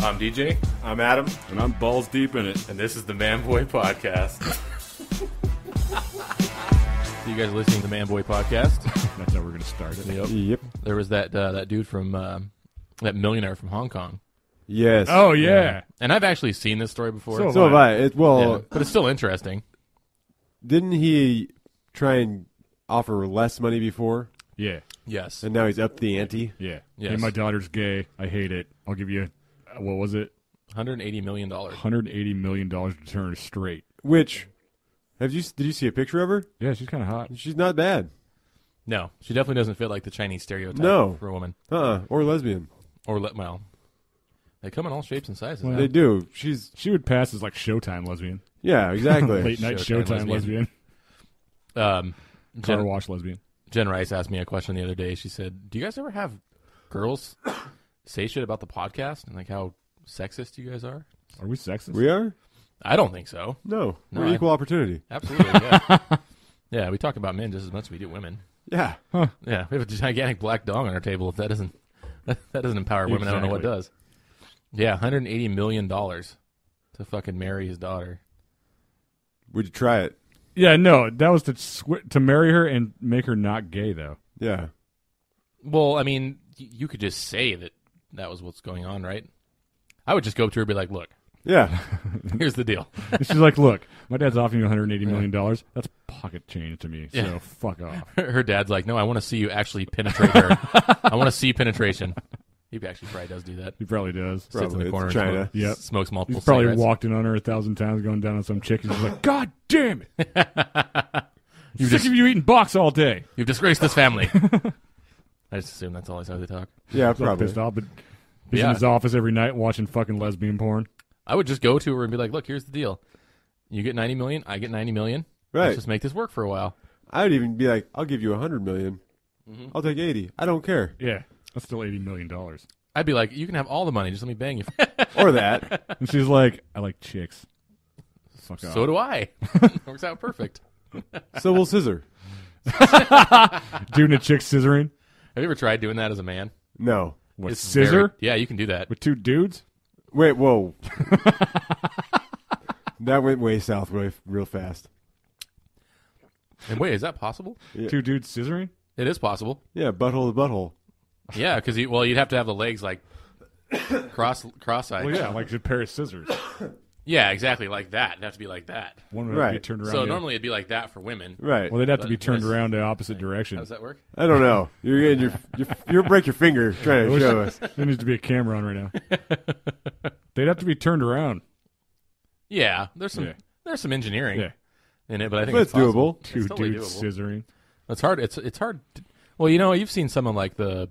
I'm DJ, I'm Adam, And I'm balls deep in it. and this is the Man Boy Podcast. You guys are listening to the Man Boy Podcast. That's how we're going to start it. Yep. Yep. There was that uh, that dude from um that millionaire from Hong Kong, Yes. Oh, yeah. and I've actually seen this story before. So- so have I. It, well, Yeah, but it's still interesting. didn't he try and offer less money before, Yeah. Yes. and now he's up the ante? Yeah. Yes. Hey, my daughter's gay. I hate it. I'll give you, uh, what was it? 180 million dollars. $180 million to turn her straight. Which have you? Did you see a picture of her? Yeah, she's kind of hot. She's not bad. No, she definitely doesn't fit like the Chinese stereotype No. for a woman Uh. uh Or lesbian. or let well. They come in all shapes and sizes. Well, huh? They do. She's. She would pass as like Showtime lesbian, Yeah. Exactly. late night Showtime Showtime, lesbian. lesbian, um, car Jen, wash lesbian. Jen Rice asked me a question the other day. She said, "Do you guys ever have girls say shit about the podcast and like how sexist you guys are?" Are we sexist? we are. I don't think so. No. No, We're I- equal opportunity. Absolutely. Yeah. yeah, we talk about men just as much as we do women. Yeah. Yeah, we have a gigantic black dog on our table. If that doesn't that, that doesn't empower women, I don't know what does. Yeah, 180 million dollars to fucking marry his daughter. Would you try it? Yeah, no, that was to sw- to marry her and make her not gay though. Yeah. Well, I mean, y- you could just say that that was what's going on, right? I would just go up to her and be like, "Look, Yeah. here's the deal. And she's like, "Look, my dad's offering you 180 million dollars. That's pocket change to me. So Yeah. fuck off." Her dad's like, "No, I want to see you actually penetrate her. I want to see penetration." He actually probably does do that. He probably does. Sits in Probably. the It's corner, and China. smoke- Yep. smokes multiple. He's probably cigarettes. walked in on her a thousand times, going down on some chick, and she's like, "God damn it! You're sick just- of you eating box all day." You've disgraced this family. I just assume that's always how they talk. Yeah. He's all Probably. pissed off, but he's Yeah. in his office every night watching fucking lesbian porn. I would just go to her and be like, "Look, here's the deal. You get 90 million, I get 90 million. Let's Right. just make this work for a while." I would even be like, I'll give you a hundred million. Mm-hmm. I'll take eighty. I don't care. Yeah, that's still 80 million dollars. I'd be like, "You can have all the money, just let me bang you." Or that. And she's like, "I like chicks." Fuck off. so do I. Works out perfect. so we'll scissor. Doing a chick scissoring Have you ever tried doing that as a man? No. What, It's scissor very- yeah, you can do that. with two dudes. Wait, whoa. that went way south really, real fast. And wait, is that possible? Yeah. Two dudes scissoring. It is possible. Yeah, butthole to butthole. Yeah, because you, well, you'd have to have the legs like cross cross-eyed. Well, yeah, like a pair of scissors. Yeah, exactly, like that. It'd have to be like that. One would have to be Right. turned around. So the normally it'd be like that for women. Right. other- well, they'd have to be But- turned yes. around the opposite direction. How does that work? I don't know. You're getting your, your you'll break your finger trying to show us. there needs to be a camera on right now. they'd have to be turned around. Yeah, there's some Yeah. there's some engineering Yeah, in it, but I think But it's it's doable. possible. two It's totally dudes doable. scissoring. It's hard. It's it's hard. To, well, you know, you've seen some of like the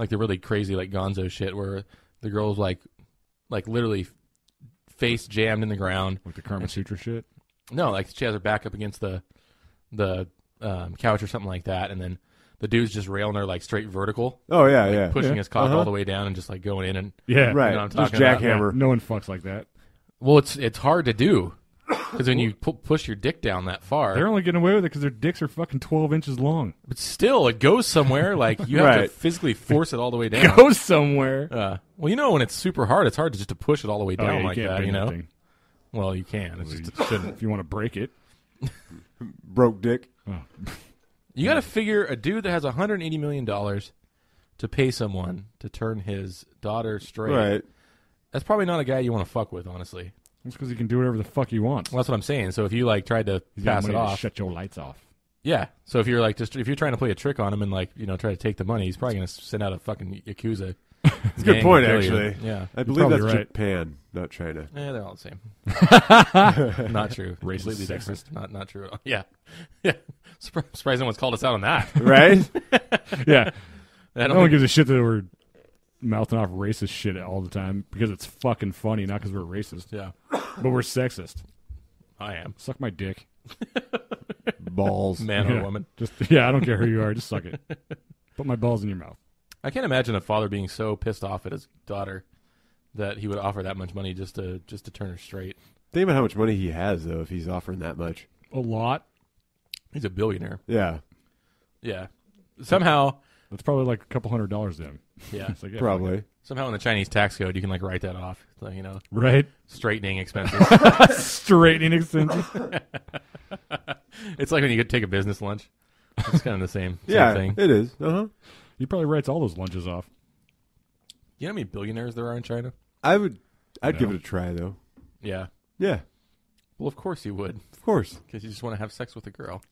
like the really crazy like Gonzo shit where the girl's like like literally face jammed in the ground. Like the Karma Sutra shit. No, like she has her back up against the the um, couch or something like that, and then the dude's just railing her like straight vertical, Oh yeah, yeah. pushing Yeah. his cock Uh-huh. all the way down and just like going in and Yeah, right. know what I'm Just talking about. jackhammer. No one fucks like that. well, it's it's hard to do because when you pu- push your dick down that far, They're only getting away with it because their dicks are fucking twelve inches long. but still it goes somewhere. Like you have to Right. physically force it all the way down. Go somewhere. Uh, well, you know, when it's super hard, it's hard to just to push it all the way Oh, down yeah, you like can't that. bend You know, that thing. well, you can. It's just, it shouldn't. If you want to break it, Broke dick. oh, You got to figure a dude that has 180 million dollars to pay someone to turn his daughter straight. Right. That's probably not a guy you want to fuck with, honestly. that's because he can do whatever the fuck he wants. Well, that's what I'm saying. So if you like tried to He's got pass it money to off, Shut your lights off. yeah. So if you're like just if you're trying to play a trick on him and like you know try to take the money, he's probably gonna send out a fucking yakuza. It's a good point, actually. Yeah. I believe probably that's right. Japan, not China. Yeah, they're all the same. not true. Completely sexist. Not not true at all. Yeah, yeah. Surpri- surprised no one's called us out on that. Right? Yeah, I No one don't think, gives a shit that we're mouthing off racist shit all the time because it's fucking funny, not because we're racist, yeah, but we're sexist. I am Suck my dick, Balls. man Yeah. or woman. Just yeah, I don't care who you are, just suck it. Put my balls in your mouth. I can't imagine a father being so pissed off at his daughter that he would offer that much money just to just to turn her straight. Think about how much money he has though if he's offering that much. A lot. He's a billionaire. Yeah. Yeah. Somehow That's probably like a couple hundred dollars to him. Yeah. It's like, yeah, fuck it. Probably. Somehow in the Chinese tax code, you can like write that off. So, you know, Right? straightening expenses. Straightening extensions. it's like when you could take a business lunch. It's kind of the same, same yeah, thing. it is. Uh huh. he probably writes all those lunches off. You know how many billionaires there are in China? I would. I'd No. give it a try though. Yeah. Yeah, Well, of course you would, of course. because you just want to have sex with a girl.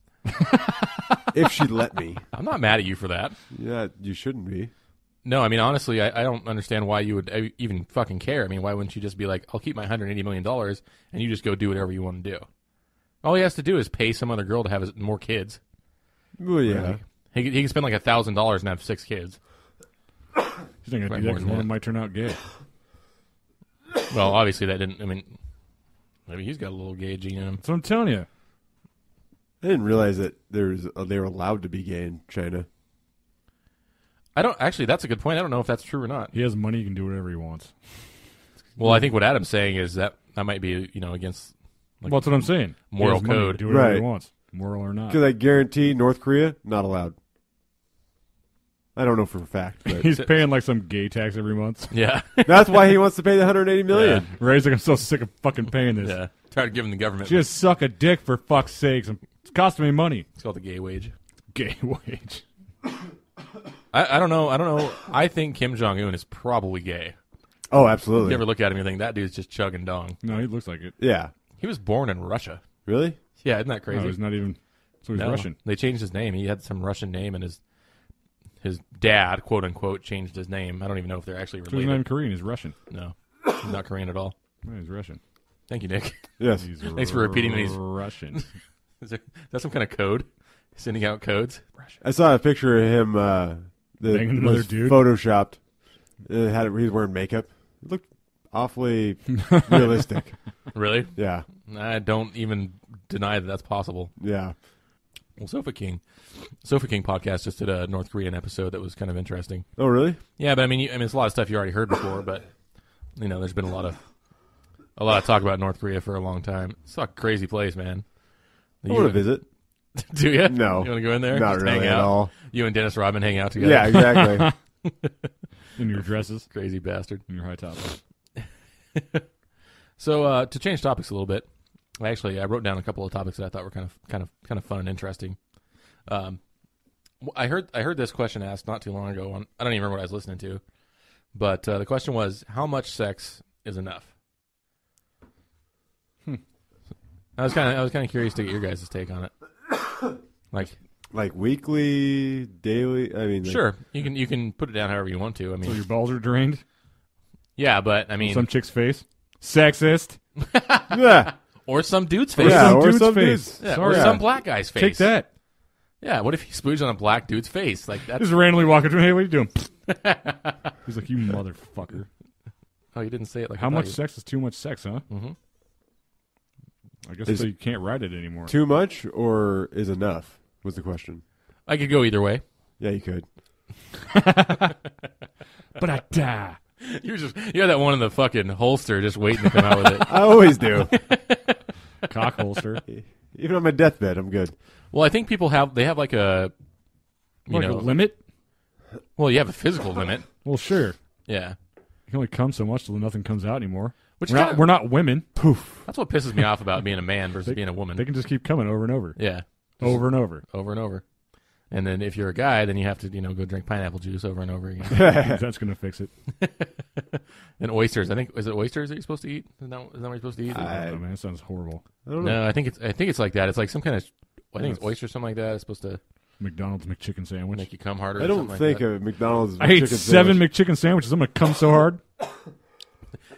if she let me. I'm not mad at you for that. Yeah, you shouldn't be. No, I mean honestly, I, I don't understand why you would e- even fucking care. I mean, why wouldn't you just be like, "I'll keep my 180 million dollars, and you just go do whatever you want to do." All he has to do is pay some other girl to have his, more kids. Well, yeah. Really? He could- he can spend like a thousand dollars and have six kids. He's not going Right, to do that more because than one of that. them might turn out gay. Well, obviously that didn't. I mean, maybe he's got a little gay gene in him. So I'm telling you. I didn't realize that there's uh, they were allowed to be gay in China. I don't actually. That's a good point. I don't know if that's true or not. He has money. He can do whatever he wants. Well, I think what Adam's saying is that that might be you know against Like- well, that's what I'm saying. He Moral has money, he code. can Do whatever he Right. wants, moral or Uh, not. Because I guarantee North Korea not allowed. I don't know for a fact, but He's paying like some gay tax every month. yeah that's why he wants to pay the 180 million. Right? He's like, I'm so sick of fucking paying this. yeah. Tired of giving the government. Just suck a dick for fuck's sakes. I'm- It's costing me money. it's called the gay wage. Gay wage. I, I don't know. I don't know. I think Kim Jong Un is probably gay. Oh, You absolutely. ever look at him and think that dude's just chugging dong? No, he looks like it. Yeah. He was born in Russia. Really? Yeah, isn't that crazy? No, he's not even. So he's No. Russian. They changed his name. He had some Russian name, and his his dad, quote unquote, changed his name. I don't even know if they're actually So he's not even related. Korean. He's Russian. No, he's not Korean at all. No, he's Russian. Thank you, Nick. Yes. He's Thanks for repeating that he's- Russian. Is, there, is that some kind of code? Sending out codes? I saw a picture of him uh, that Banging another was dude? photoshopped. It had he was wearing makeup. It looked awfully realistic. Really? Yeah. I don't even deny that that's possible. Yeah. Well, Sofa King, Sofa King podcast just did a North Korean episode that was kind of interesting. Oh, really? Yeah, but I mean, you, I mean, it's a lot of stuff you already heard before, but you know, there's been a lot of a lot of talk about North Korea for a long time. It's a crazy place, man. I You- want to visit. Do you? No. You want to go in there? Not Just really hang at out. all. You and Dennis Rodman hang out together. Yeah, exactly. in your dresses, Crazy bastard. in your high tops. So uh, to change topics a little bit, I actually I wrote down a couple of topics that I thought were kind of kind of kind of fun and interesting. Um, w- I heard I heard this question asked not too long ago on I don't even remember what I was listening to, but uh, the question was how much sex is enough. Hmm. I was kind of I was kind of curious to get your guys' take on it. Like, like weekly, daily. I mean, like- sure, you can you can put it down however you want to. I So mean, your balls are drained. yeah, but I mean, Some chick's face. Sexist. Yeah. or some dude's face, Yeah, some or dude's some face. dude's- Yeah, or Oh, Sorry. some black guy's face. Take that. Yeah, what if he spooges on a black dude's face? Like that's Just randomly walking through. Hey, what are you doing? he's like, you motherfucker. Oh, you didn't say it like I How thought much you- sex is too much sex, huh? Mhm. I guess Is- so you can't ride it anymore. Too much or is enough was the question. I could go either way. Yeah, you could. but I die. You're just you had that one in the fucking holster, just waiting to come out with it. I always do. Cock holster. Even on my deathbed, I'm good. Well, I think people have they have like a you like know a limit? well you have a physical limit. Well, sure. You Yeah, can only come so much till nothing comes out anymore. which We're not, kinda- we're not women. Poof. that's what pisses me off about being a man versus being a woman. They can just keep coming over and over, yeah, over and over. over and over. And then if you're a guy, then you have to you know go drink pineapple juice over and over again. That's gonna fix it. and oysters. I think is it oysters that you're supposed to eat? Isn't that, isn't that what you're supposed to eat? I- oh, man, that sounds horrible. I don't know. no, I think it's I think it's like that. It's like some kind of I think it's oyster or something like that. It's supposed to McDonald's McChicken sandwich. make you come harder. or I don't something like think that. a McDonald's. I ate chicken seven sandwich- McChicken sandwiches. I'm gonna come so hard.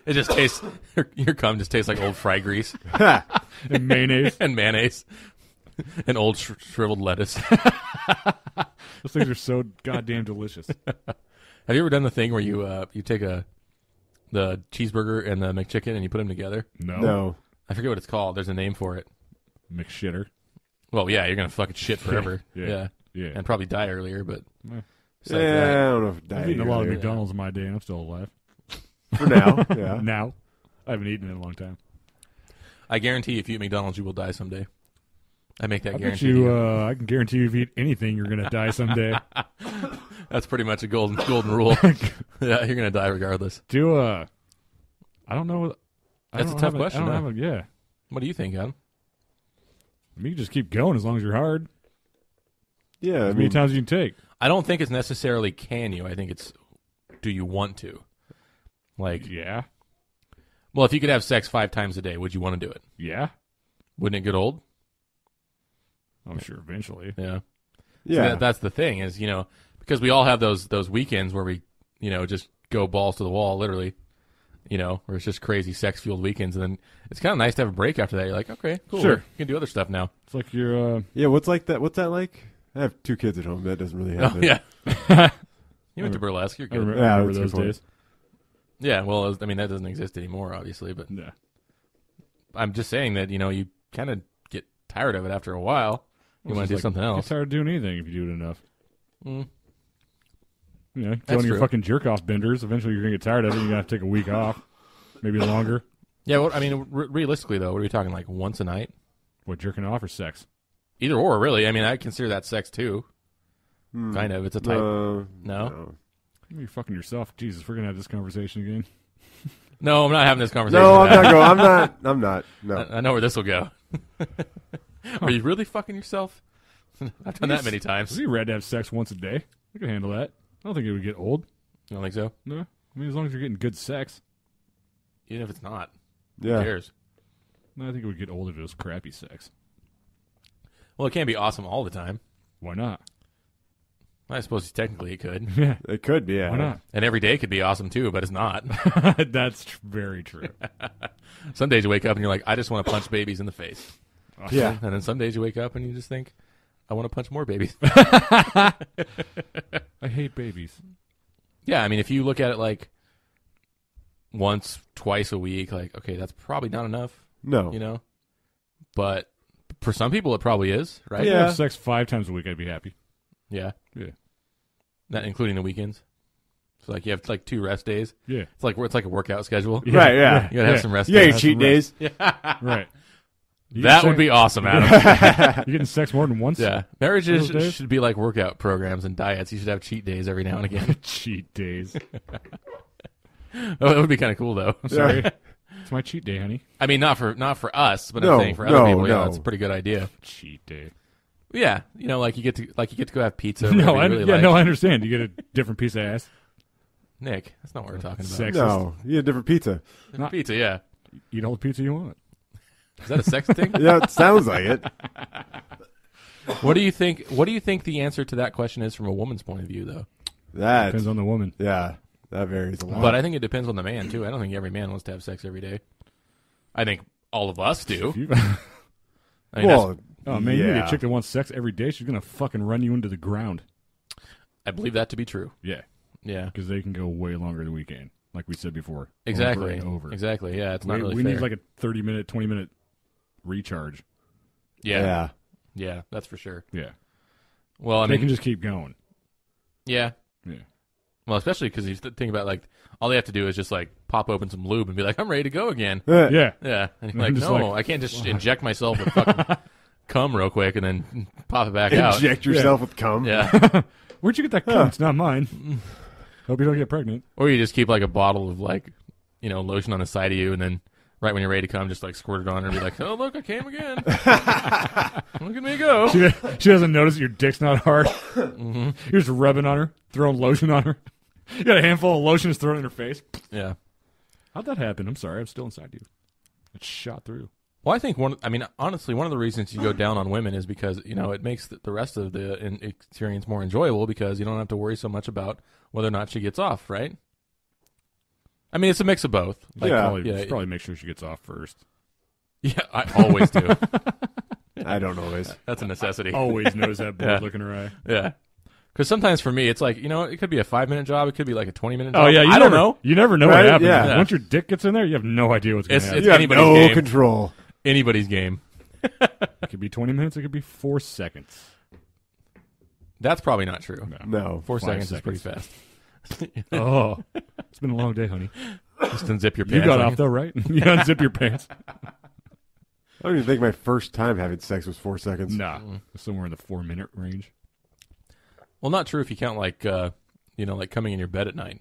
It just tastes your cum just tastes like old fry grease And mayonnaise. and mayonnaise and old sh- shriveled lettuce. Those things are so goddamn delicious. Have you ever done the thing where you uh, you take a the cheeseburger and the McChicken and you put them together? No, No. I forget what it's called. There's a name for it. McShitter. Well, yeah, you're gonna fucking shit forever. yeah. Yeah. Yeah, and probably die earlier, but Yeah. it's like yeah, that. I don't know if diet I've eaten a lot of either. McDonald's in my day, and I'm still alive. for now. Yeah. Now, I haven't eaten in a long time. I guarantee if you eat McDonald's, you will die someday. I make that I bet guarantee. you. to Uh, I can guarantee you, if you eat anything, you're gonna die someday. you. That's pretty much a golden golden rule. yeah, you're gonna die regardless. Do a. I don't know. I That's a don't tough have question, I don't huh? have a, yeah. What do you think, Adam? You can just keep going as long as you're hard. Yeah, I As many mean, times you can take. I don't think it's necessarily can you. I think it's do you want to? Like, Yeah. well, if you could have sex five times a day, would you want to do it? Yeah. Wouldn't it get old? I'm sure eventually. Yeah. yeah, that, that's the thing is you know because we all have those those weekends where we you know just go balls to the wall literally you know where it's just crazy sex fueled weekends and then it's kind of nice to have a break after that you're like okay cool Sure. you can do other stuff now It's like you're. Uh, yeah. What's like that? What's that like? I have two kids at home. That doesn't really oh, happen. yeah you went to burlesque you're I good remember, Yeah, I remember that's a those good point. days. yeah well it was- i mean that doesn't exist anymore obviously but Yeah. i'm just saying that you know you kind of get tired of it after a while you It's want just to do like, something else It's hard doing anything if you do it enough. Mm. You know, going on your true. fucking jerk off benders. Eventually, you're gonna get tired of it. You're gonna have to take a week off, maybe longer. yeah well, i mean re- realistically though what are we talking like once a night What jerking off or sex? either or really i mean i consider that sex too Hmm. kind of it's a type No, No? Uh, no. You're fucking yourself. Jesus, we're gonna have this conversation again. No, I'm not having this conversation. No, with Adam. I'm not going. I'm not. I'm not. No. I, I know where this will go. Are you really fucking yourself? I've done that many Is times. he ready to have sex once a day? I could handle that. I don't think it would get old. You don't think so? No, I mean as long as you're getting good sex. Even if it's not, who Yeah. cares? No, I think it would get old if it was crappy sex. Well, it can't be awesome all the time. Why not? I suppose technically it could, Yeah, It could be. Yeah. why not? and every day could be awesome too, but it's not. That's tr- very true. some days you wake up and you're like, I just want to punch babies in the face, Yeah. and then some days you wake up and you just think, I want to punch more babies. I hate babies. yeah, I mean, if you look at it like once, twice a week, like okay, that's probably not enough. No. you know. But for some people, it probably is, right? If I Yeah. have sex five times a week, I'd be happy. Yeah. Yeah. Not including the weekends. So like you have like two rest days. Yeah. It's like it's like a workout schedule. Yeah, Right, yeah. You gotta have yeah, some rest. Yeah. days. Your cheat days. Right. You That can would say- be awesome, Adam. You're getting sex more than once. yeah. Marriages Those days? should be like workout programs and diets. You should have cheat days every now and again. Cheat days. oh, that would be kind of cool though. I'm sorry. it's my cheat day, honey. I mean, not for not for us, but I'm No, saying for no, other people, yeah, no. that's a pretty good idea. Cheat day. Yeah, you know, like you get to like you get to go have pizza. No, whenever you I, really yeah, like. no, I understand. You get a different piece of ass. Nick, that's not what we're talking about. Sex. No. You had different pizza. Pizza, yeah. Eat all the pizza you want. Is that a sex thing? Yeah. It sounds like it. What do you think? What do you think the answer to that question is from a woman's point of view, though? That. Depends on the woman. Yeah. That varies a lot. But I think it depends on the man too. I don't think every man wants to have sex every day. I think all of us do. If you- I mean, that's- well, oh man, you get Yeah. a chick that wants sex every day. She's gonna fucking run you into the ground. I believe that to be true. Yeah, Yeah, because they can go way longer than we can. Like we said before. exactly. Over. And over. Exactly. Yeah, it's We, not really we fair. need like a thirty minute, twenty minute recharge. yeah, yeah, yeah. that's for sure. Yeah, Well, I they mean, can just keep going. yeah. Yeah. Well, especially because you think about like all they have to do is just like pop open some lube and be like, I'm ready to go again. Yeah. Yeah. Yeah, and I'm you're like, just no, like, I can't just inject myself with fucking cum real quick and then pop it back out. Inject yourself with cum. Yeah. Where'd you get that? Cum? It's not mine. Hope you don't get pregnant. Or you just keep like a bottle of like, you know, lotion on the side of you, and then right when you're ready to come, just like squirt it on her and be like, "Oh look, I came again! look at me go!" She, she doesn't notice that your dick's not hard. You're just rubbing on her, throwing lotion on her. You got a handful of lotion just thrown in her face. Yeah. How'd that happen? I'm sorry, I'm still inside you. It's shot through. Well, I think one. I mean, honestly, one of the reasons you go down on women is because you know it makes the, the rest of the in- experience more enjoyable because you don't have to worry so much about whether or not she gets off, right? I mean, it's a mix of both. Like, Yeah. probably, yeah, just probably make sure she gets off first. yeah, I always do. I don't always. That's a necessity. Always notice that blood Yeah. look in her eye. Yeah. Because sometimes for me, it's like you know, it could be a five minute job, it could be like a twenty minute. Oh job. yeah, you I never, don't know. You never know what Right? happens. Yeah. Once your dick gets in there, you have no idea what's going to It's- happen. You have anybody's no game. control. Anybody's game. it could be 20 minutes. It could be four seconds. That's probably not true. No. Four Five seconds, is pretty fast. Oh, it's been a long day, honey. Just unzip your You pants. got like- off though, right? you unzip your pants. I don't even think my first time having sex was four seconds. Nah, somewhere in the four minute range. Well, not true if you count like uh, you know, like coming in your bed at night.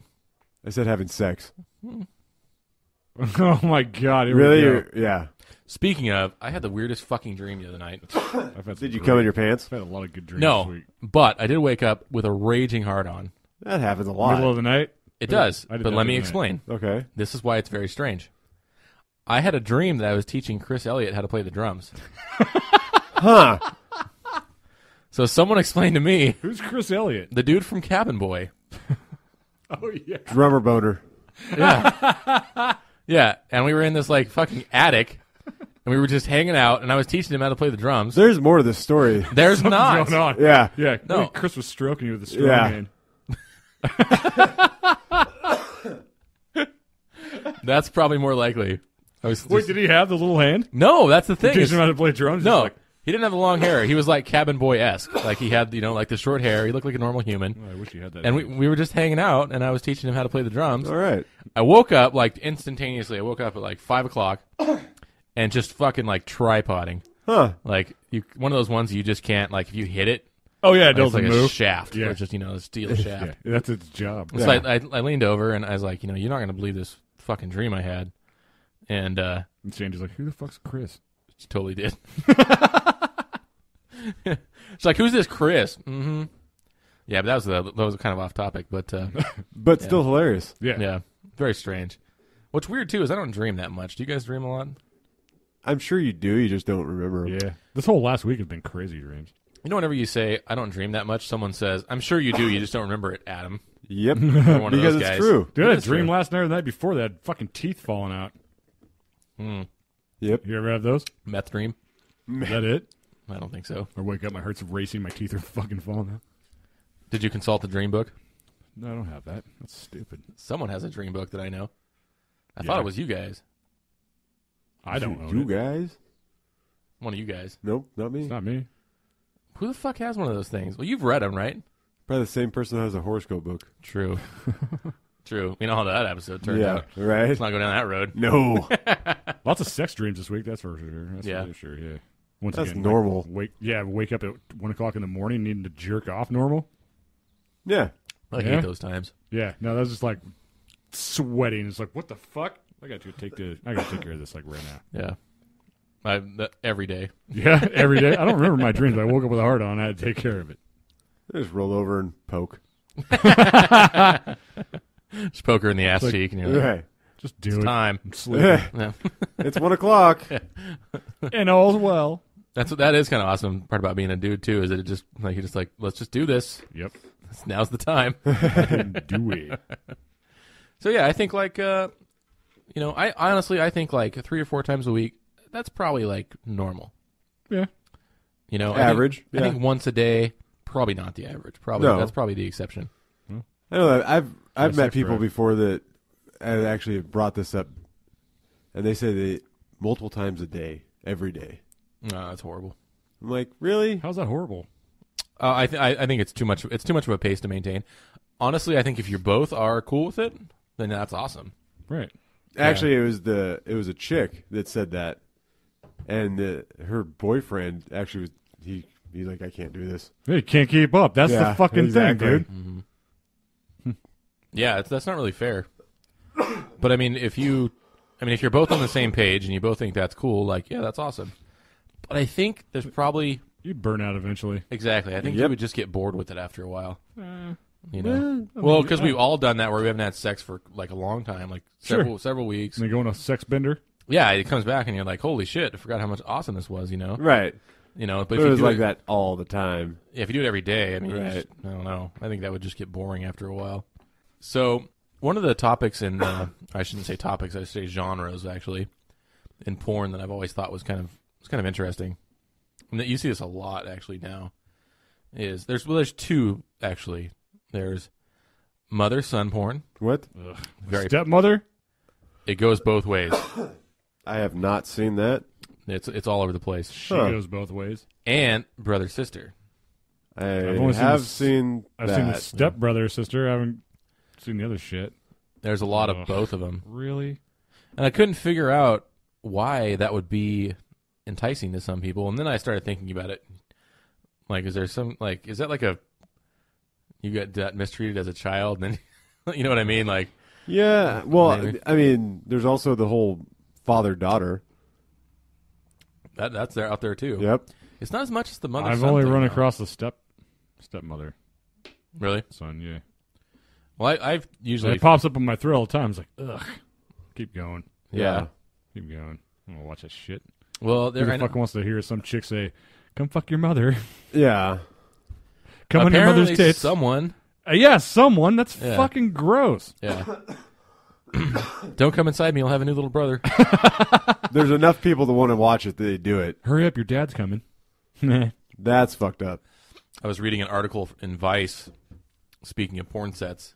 I said having sex. oh my god! Here really? We go. You're- Yeah. Speaking of, I had the weirdest fucking dream the other night. I've had some Did you great- come in your pants? I've had a lot of good dreams. No. this week. But I did wake up with a raging hard on. That happens a middle of lot. the night. It Yeah, does. I did But that let the me other night. explain. Okay. This is why it's very strange. I had a dream that I was teaching Chris Elliott how to play the drums. Huh. So someone explained to me, Who's Chris Elliott? the dude from Cabin Boy. Oh yeah. Drummer boner. Yeah, and we were in this like fucking attic, and we were just hanging out, and I was teaching him how to play the drums. There's more to this story. There's not. Going on. Yeah. Yeah. No. maybe Chris was stroking you with a stroke Yeah. hand. That's probably more likely. I was Wait, just- did he have the little hand? no, that's the thing. Teaching is- him how to play drums? No, He's he didn't have the long hair. He was like Cabin Boy esque. Like he had, you know, like the short hair. He looked like a normal human. like, "Oh, I wish he had that. And we, we were just hanging out, and I was teaching him how to play the drums. All right. I woke up like instantaneously. I woke up at like five o'clock, and just fucking like tripoding. Huh. Like you, one of those ones you just can't like if you hit it, oh yeah, it's it doesn't like a move. shaft. Yeah. Or just you know a steel shaft. yeah, that's its job. So I, I, I leaned over and I was like, you know, you're not going to believe this fucking dream I had. And uh, And Sandy's like, who the fuck's Chris? she totally did. She's like, who's this Chris? Mm hmm. Yeah, but that was, the, that was kind of off topic, but uh, But still hilarious. Yeah. yeah, very strange. What's weird too is I don't dream that much. Do you guys dream a lot? I'm sure you do. You just don't remember. 'em. Yeah. This whole last week has been crazy dreams. You know, whenever you say, I don't dream that much, someone says, I'm sure you do, you just don't remember it, Adam. Yep. You're one of because those it's guys. true. Dude, I had a That's dream true. last night or the night before that I had fucking teeth falling out. Yep. You ever have those? Hmm. Meth dream? Is that it? I don't think so. Or wake up, my heart's racing, my teeth are fucking falling out. Did you consult the dream book? No, I don't have that. That's stupid. Someone has a dream book that I know. I Yeah. thought it was you guys. I don't You- own You it. guys? One of you guys. Nope. Not me. It's not me. Who the fuck has one of those things? Well, you've read them, right? Probably the same person that has a horoscope book. True. True. We know how that episode turned yeah. out. Right. Let's not go down that road. No. Lots of sex dreams this week. That's for sure. That's Yeah. for sure. Yeah. Once That's again, normal. Like, wake. Yeah. Wake up at one o'clock in the morning, needing to jerk off. Normal. yeah. I Yeah. hate those times. Yeah. No, that's just like sweating. It's like, what the fuck? I got to take the. I got to take care of this like right now. Yeah. I, that, every day. Yeah. Every day. I don't remember my dreams. but I woke up with a heart on. I had to take care of it. I just roll over and poke. Just poke her in the ass like- cheek and you're like, Right. Just do it. time. I'm sleeping. Yeah. it's one o'clock. and all's well. That's what that is kind of awesome part about being a dude too is that it just like you're just like let's just do this. Yep. Now's the time. And do it. so yeah, I think like uh, you know I honestly I think like three or four times a week that's probably like normal. Yeah. You know, I think- Average. I yeah. think once a day, probably not the average. Probably No. that's probably the exception. I know that I've I've Yes, met I've people heard. before that have actually brought this up, and they say they multiple times a day, every day. No, that's horrible. I'm like, really? How's that horrible? Uh, I, th- I I think it's too much. It's too much of a pace to maintain. Honestly, I think if you both are cool with it, then that's awesome. Right. Actually, it was the it was a chick that said that, and the, her boyfriend actually was he he's like, I can't do this. Hey, can't keep up. That's Yeah, the fucking exactly. thing, dude. Yeah, it's, that's not really fair. but I mean, if you, I mean, if you're both on the same page and you both think that's cool, like yeah, that's awesome. But I think there's probably You burn out eventually. exactly. I think you Yep. would just get bored with it after a while. Mm. Eh, You know, well, because we've all done that where we haven't had sex for like a long time, like Sure. several several weeks. and then go on a sex bender. yeah, it comes back and you're like, holy shit, I forgot how much awesome this was, you know? Right. You know, but But if it you, was do like it, that all the time. if you do it every day, I mean, you Right. just- I don't know. I think that would just get boring after a while. So, one of the topics in, uh, I shouldn't say topics, I say genres actually, in porn that I've always thought was kind of, was kind of interesting. And that you see this a lot actually now is there's, well, there's two actually. There's mother son porn. What? Very, Stepmother? it goes both ways. I have not seen that. It's, it's all over the place. She Huh. goes both ways. And brother sister. I only seen have the s- seen. I've that. seen the stepbrother, sister. I haven't seen the other shit. There's a lot Ugh. of both of them. Really? And I couldn't figure out why that would be enticing to some people. And then I started thinking about it. Like, is there some, like, is that like a, you get that mistreated as a child, and then you know what I mean. Like, Yeah. Well, Maybe. I mean, there's also the whole father daughter. That that's there out there too. Yep. It's not as much as the mother. I've son only thing, run though. across the step stepmother really. son. Yeah, Well, I, I've usually it pops up on my thread all the time. It's like, ugh, keep going, yeah. keep going. I'm gonna watch that shit. Well, Who there. I the know- fuck wants to hear some chick say, "Come fuck your mother, Yeah. come on your apparently mother's tits"? Someone. Uh, yeah, someone. That's Yeah. fucking gross. Yeah. Don't come inside me. I'll have a new little brother. There's enough people that want to watch it that they do it. Hurry up, your dad's coming. That's That's fucked up. I was reading an article in Vice, speaking of porn sets,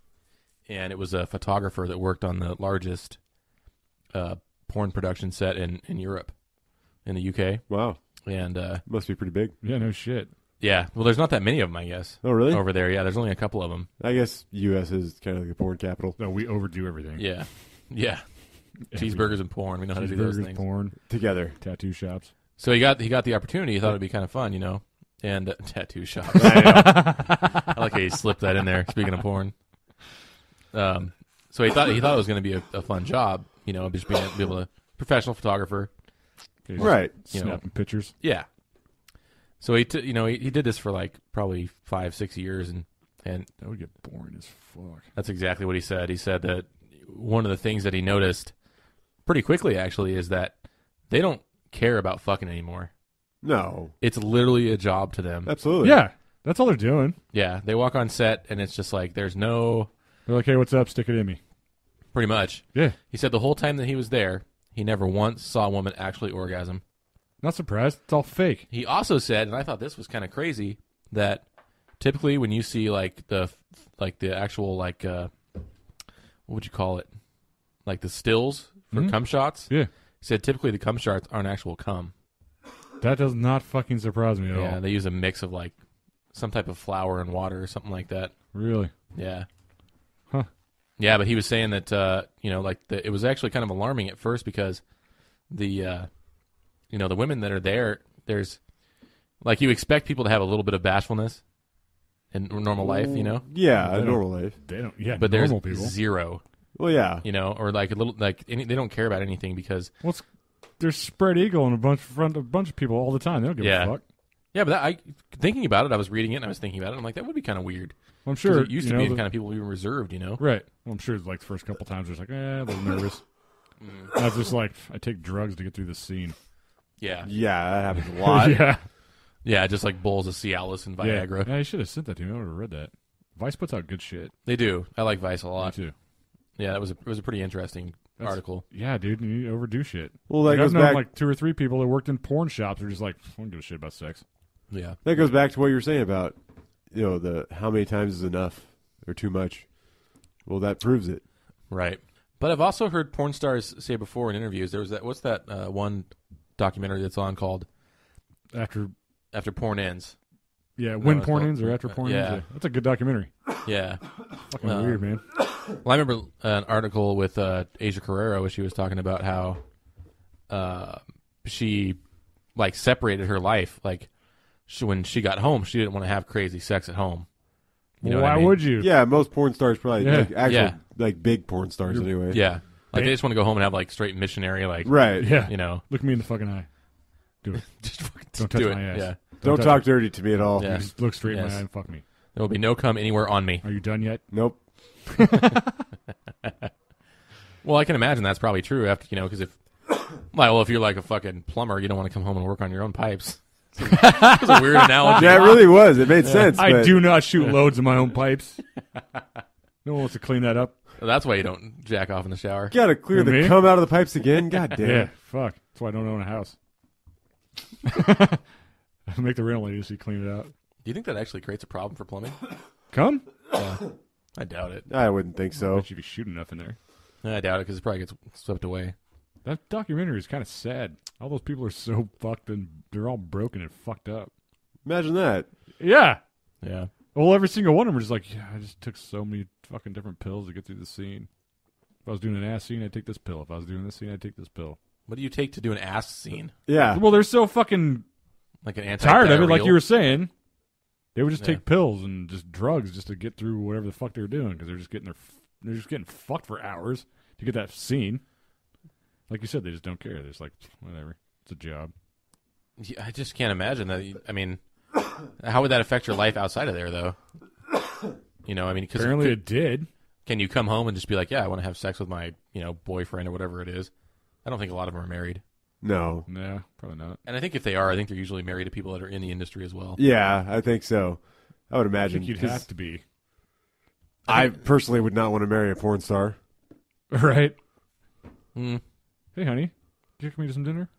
and it was a photographer that worked on the largest uh, porn production set in, in Europe, in the UK. Wow. And uh, Must be pretty big. yeah, no shit. yeah, well, there's not that many of them, I guess, Oh, really? over there. Yeah, there's only a couple of them. I guess U.S. is kind of like the porn capital. No, we overdo everything. Yeah. Yeah. Everything. Cheeseburgers and porn. We know how to do those Cheeseburgers, things. porn, Together. tattoo shops. So he got he got the opportunity. He thought it'd be kind of fun, you know. And uh, tattoo shop. I like how you slipped that in there. Speaking of porn, um, so he thought he thought it was going to be a, a fun job, you know, just being be able to professional photographer. Okay, just Right. You know. Snapping pictures. Yeah. So he t- you know he, he did this for like probably five six years, and and That would get boring as fuck. that's exactly what he said. He said that one of the things that he noticed pretty quickly actually is that they don't care about fucking anymore. No. It's literally a job to them. Absolutely. Yeah, that's all they're doing. Yeah, they walk on set and it's just like there's no They're like, hey, what's up? Stick it in me. pretty much. Yeah, He said the whole time that he was there, he never once saw a woman actually orgasm. not surprised. It's all fake. He also said, and I thought this was kind of crazy, that typically when you see like the like the actual like uh what would you call it? Like the stills for Mhm. cum shots. Yeah, He said typically the cum shots aren't actual cum. that does not fucking surprise me at Yeah, all. they use a mix of like some type of flour and water or something like that. Really? Yeah. Huh. Yeah, but he was saying that uh, you know, like the, it was actually kind of alarming at first because the uh, you know the women that are there, there's like you expect people to have a little bit of bashfulness in normal life, you know, Yeah. Yeah. Normal life. They don't. Yeah, but there's normal people. zero, Well, yeah. you know, or like a little like any, they don't care about anything because What's there's spread eagle and a bunch front a bunch of people all the time. They don't give Yeah. a fuck. yeah. But that, I thinking about it, I was reading it and I was thinking about it. I'm like, that would be kind of weird. I'm 'Cause sure it used you to know, be the the- kind of people who were reserved, you know. right. Well, I'm sure like the first couple times, they're just like, eh, a little nervous. I was just like, I take drugs to get through the scene. Yeah, Yeah. That happens a lot. yeah, yeah, just like bowls of Cialis and yeah. Viagra. Yeah, you should have sent that to me. I would have read that. Vice puts out good shit. They do. I like Vice a Me lot. too. Yeah, that was a, it was a pretty interesting That's- article. Yeah, dude, you overdo shit. Well, that Like, goes I've known back. like two or three people that worked in porn shops who are just like, I don't give a shit about sex. Yeah, that goes back to what you were saying about, you know, the how many times is enough or too much. Well, that proves it. right. But I've also heard porn stars say before in interviews. There was that. What's that uh, one documentary that's on called After "After Porn Ends"? yeah, when it's porn not- Uh, ends or after porn yeah. ends. That's a good documentary. Yeah. Fucking Uh, weird, man. Well, I remember an article with uh, Asia Carrera where she was talking about how uh, she like separated her life. Like she, when she got home, she didn't want to have crazy sex at home. You know what Why I mean? would you? Yeah. Most porn stars probably Yeah. like actual Yeah. like big porn stars anyway. Yeah, like they just want to go home and have like straight missionary, like Right. Yeah. you know, Look me in the fucking eye. Do it. just fucking Don't touch do it. my ass. Yeah, Don't, touch talk it. dirty to me at all. Yeah. Just look straight in Yes. my eye and fuck me. there will be no cum anywhere on me. Are you done yet? Nope. Well, I can imagine that's probably true after you know, because if like, well, if you're like a fucking plumber, you don't want to come home and work on your own pipes. That's a weird analogy. Yeah, it really was. It made sense. I but- do not shoot loads of my own pipes. no one wants to clean that up. That's why you don't jack off in the shower. Got to clear You the mean? cum out of the pipes again. God Yeah. damn. fuck. That's why I don't own a house. Make the rental agency clean it out. Do you think that actually creates a problem for plumbing? Come? I doubt it. I wouldn't think so. Bet you be shooting enough in there. I doubt it because it probably gets swept away. That documentary is kind of sad. All those people are so fucked and they're all broken and fucked up. Imagine that. Yeah. Yeah. Well, every single one of them are just like, yeah, I just took so many fucking different pills to get through the scene. If I was doing an ass scene, I'd take this pill. If I was doing this scene, I'd take this pill. What do you take to do an ass scene? Yeah. Ah. Well, they're so fucking Like an anti tired of it, like you were saying. They would just Yeah. take pills and just drugs just to get through whatever the fuck they were doing because they're just getting their f- they're just getting fucked for hours to get that scene. Like you said, they just don't care. They're just like whatever. It's a job. Yeah, I just can't imagine that. you- I mean, how would that affect your life outside of there, though? You know, I mean, because Apparently, it did. can you come home and just be like, yeah, I want to have sex with my, you know, boyfriend or whatever it is? I don't think a lot of them are married, No. No, probably not. and I think if they are, I think they're usually married to people that are in the industry as well. Yeah, I think so. I would I imagine. think you'd 'cause have to be I personally would not want to marry a porn star. right. Mm. Hey, honey, can you come me to some dinner?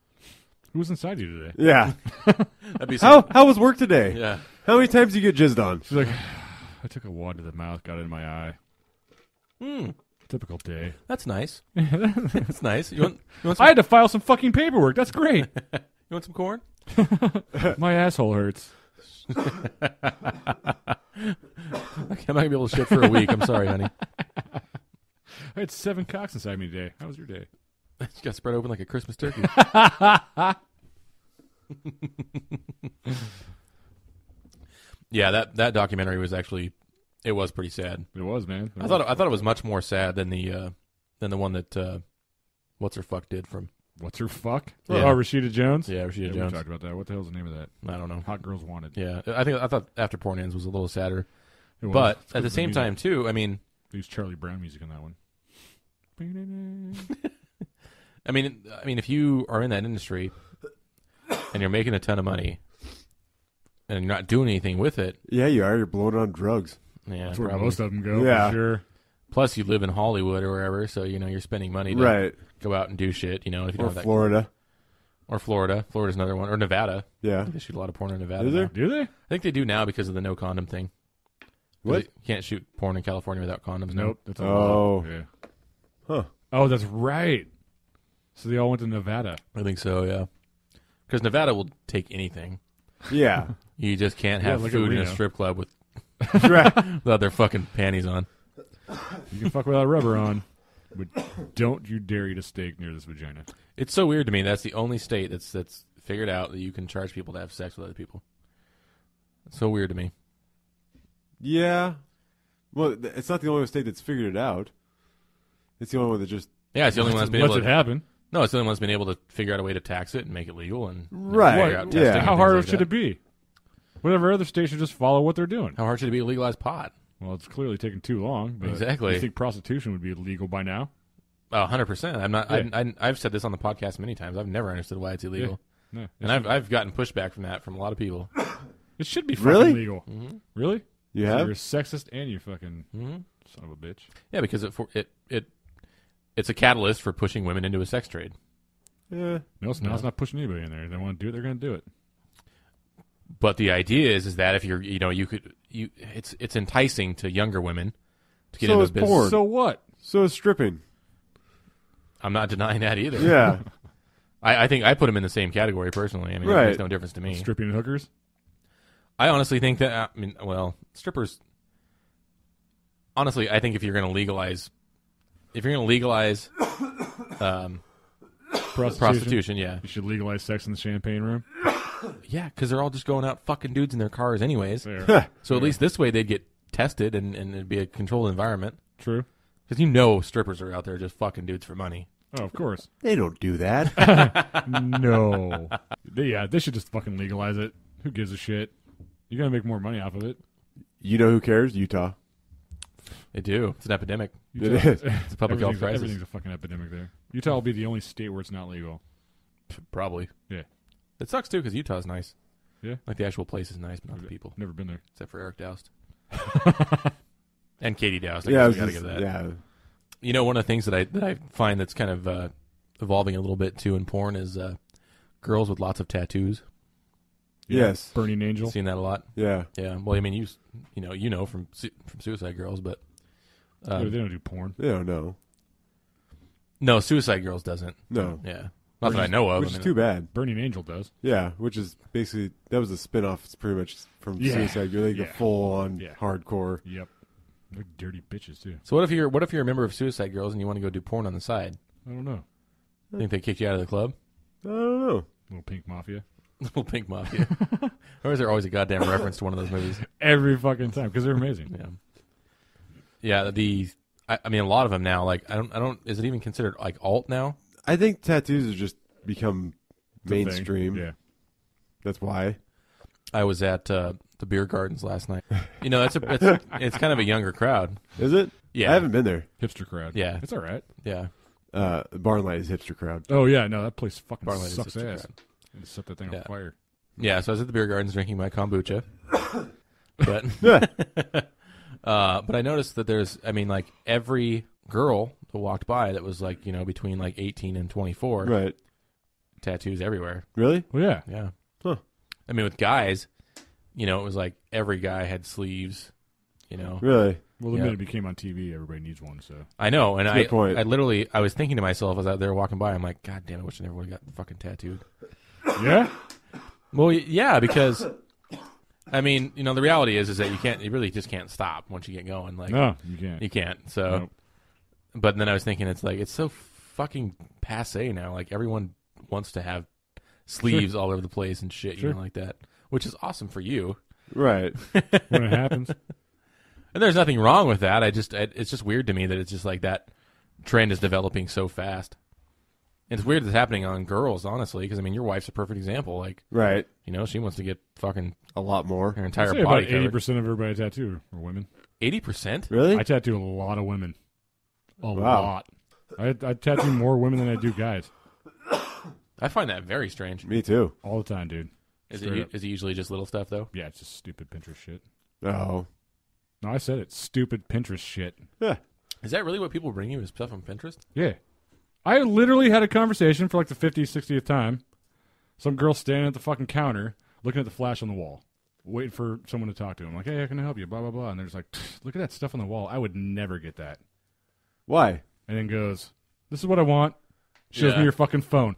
Who was inside you today? Yeah. That'd be some- How how was work today? Yeah, How many times did you get jizzed on? She's like, I took a wad to the mouth, got it in my eye. Hmm. Typical day. that's nice. that's nice. You want you want some, I had to file some fucking paperwork. That's great. you want some corn? my asshole hurts. Okay, I'm not gonna be able to shit for a week. I'm sorry, honey. I had seven cocks inside me today. How was your day? You got spread open like a Christmas turkey. yeah, that that documentary was actually it was pretty sad. It was, man. I thought I thought it was much more sad than the uh, than the one that uh, what's her fuck did from What's her fuck? Yeah. Oh, Rashida Jones. yeah Rashida we Jones. talked about that. What the hell's the name of that? I don't know. Hot Girls Wanted. Yeah, I think I thought after porn ends was a little sadder, It was. but at It's 'cause the of same music. time too, I mean, they used Charlie Brown music on that one. I mean, I mean, if you are in that industry and you're making a ton of money and you're not doing anything with it, Yeah, you are. You're blown on drugs. yeah, That's where probably. most of them go. Yeah. for sure. Plus, you live in Hollywood or wherever, so you know you're spending money to Right. go out and do shit. You know, if you don't Or have that, Florida. or Florida, Florida's another one, or Nevada. Yeah. They shoot a lot of porn in Nevada. Is there? now. Do they? I think they do now because of the no condom thing. 'Cause What? You can't shoot porn in California without condoms. now. Nope. That's Oh. Yeah. Huh. Oh, that's right. So they all went to Nevada. I think so. Yeah, because Nevada will take anything. Yeah. You just can't Yeah, have look at food in a Reno. strip club with right. without their fucking panties on. You can fuck without rubber on, but don't you dare eat a steak near this vagina. It's so weird to me. That's the only state that's that's figured out that you can charge people to have sex with other people. It's so weird to me. Yeah. Well, th- it's not the only state that's figured it out. It's the only one that just Yeah, it's the only one that's been Let's able it to happen. No, it's the only one's been able to figure out a way to tax it and make it legal and you know, Right, figure out yeah. testing and How things hard like should that. it be? Whatever other station, just follow what they're doing. How hard should it be to legalize pot? Well, it's clearly taking too long. But Exactly. You think prostitution would be illegal by now? Oh, hundred percent. I'm not. Yeah. I, I, I've said this on the podcast many times. I've never understood why it's illegal, No. and I've I've gotten pushback from that from a lot of people. It should be fucking Really? legal. Mm-hmm. Really? you So have. you're sexist and you fucking Mhm. son of a bitch. Yeah, because it for, it it it's a catalyst for pushing women into a sex trade. Yeah. No, it's, no. it's not pushing anybody in there. If they want to do it, they're going to do it. But the idea is is that if you're you know you could you it's it's enticing to younger women to get So into is the business. porn. So what? So is stripping. I'm not denying that either. Yeah. I, I think I put them in the same category personally. I mean, it Right. makes no difference to me. Stripping hookers? I honestly think that I mean, well, strippers. Honestly, I think if you're going to legalize, if you're going to legalize um, Prostitution? prostitution, yeah, You should legalize sex in the champagne room. yeah, because they're all just going out fucking dudes in their cars anyways. There. So at least this way they'd get tested and, and it'd be a controlled environment. True. Because you know strippers are out there just fucking dudes for money. Oh, of course. they don't do that. No. They- yeah, they should just fucking legalize it. Who gives a shit? You're going to make more money off of it. you know who cares? Utah. They do. It's an epidemic. It Utah- is. It's a public health everything's, crisis. everything's a fucking epidemic there. Utah will be the only state where it's not legal. Probably. Yeah. It sucks too because Utah's nice. Yeah. Like the actual place is nice, but not the people. Never been there. except for Eric Doust and Katie Doust. I Yeah. yeah, I we was gotta just- give that. yeah. You know, one of the things that I that I find that's kind of uh, evolving a little bit too in porn is uh, girls with lots of tattoos. Yes. Burning Angel. Seen that a lot. Yeah. Yeah. Well, I mean, you s- you know you know from Su- from Suicide Girls, but They- um, they don't do porn. They don't know. no, Suicide Girls doesn't. No. Yeah. Not Which that I is- know of. Which I is mean, too bad. Burning Angel does. Yeah. Which is basically that was a spin off. It's pretty much from Yeah. Suicide. You're like Yeah. the full on Yeah. hardcore. Yep. They're dirty bitches too. So what if you're what if you're a member of Suicide Girls and you want to go do porn on the side? I don't know. Think they kicked you out of the club? I don't know. Little Pink Mafia. Little Pink Mafia. or is there always a goddamn reference to one of those movies? every fucking time because they're amazing. Yeah. Yeah. The I, I mean, a lot of them now. Like, I don't. I don't. Is it even considered like alt now? I think tattoos have just become It's a thing. mainstream. Yeah, That's why. I was at uh, the beer gardens last night. You know, that's a. It's, it's kind of a younger crowd. Is it? Yeah. I haven't been there. hipster crowd. Yeah. it's all right. Yeah. Uh, Barn Light is hipster crowd. Oh yeah, no, that place fucking Barley is sucks just a ass. crowd. They Set that thing Yeah. on fire. Yeah, so I was at the beer gardens drinking my kombucha, but uh, but I noticed that there's, I mean, like every girl that walked by that was like you know between like 18 and 24, Right. tattoos everywhere. Really? Well, yeah, Yeah, Huh. I mean, with guys, you know, it was like every guy had sleeves. You know, Really? Well, the Yeah. minute it became on TV, everybody needs one. So I know, and That's a I, good point. I literally, I was thinking to myself as I there walking by, I'm like, God damn, I wish I never would have got fucking tattooed. yeah, Well, y- yeah, because I mean, you know, the reality is is that you can't, you really just can't stop once you get going. Like, no, you can't. you can't. So, Nope. but then I was thinking, it's like it's so fucking passe now. Like everyone wants to have sleeves all over the place and shit, you Sure. know, like that, which is awesome for you. Right. when it happens, And there's nothing wrong with that. I just, I, it's just weird to me that it's just like that trend is developing so fast. It's weird that's happening on girls, honestly, because I mean, your wife's a perfect example. Like, Right. you know, she wants to get fucking A lot her more. entire I'd say about body eighty covered. percent of everybody I tattoo are women. Eighty percent. Really? I tattoo a lot of women, a Wow. lot. I, I tattoo more women than I do guys I find that very strange. Me too. all the time, dude. Is Straight it, up. is it usually just little stuff though? Yeah, it's just stupid Pinterest shit. Oh. No, I said it. Stupid Pinterest shit. Yeah. Is that really what people bring you is stuff on Pinterest? Yeah. I literally had a conversation for like the 50th, 60th time. Some girl standing at the fucking counter looking at the flash on the wall, waiting for someone to talk to. I'm like, hey, how can I help you? Blah, blah, blah. And they're just like, "Pfft, look at that stuff on the wall. I would never get that. Why? And then goes, this is what I want. Shows Yeah. me your fucking phone.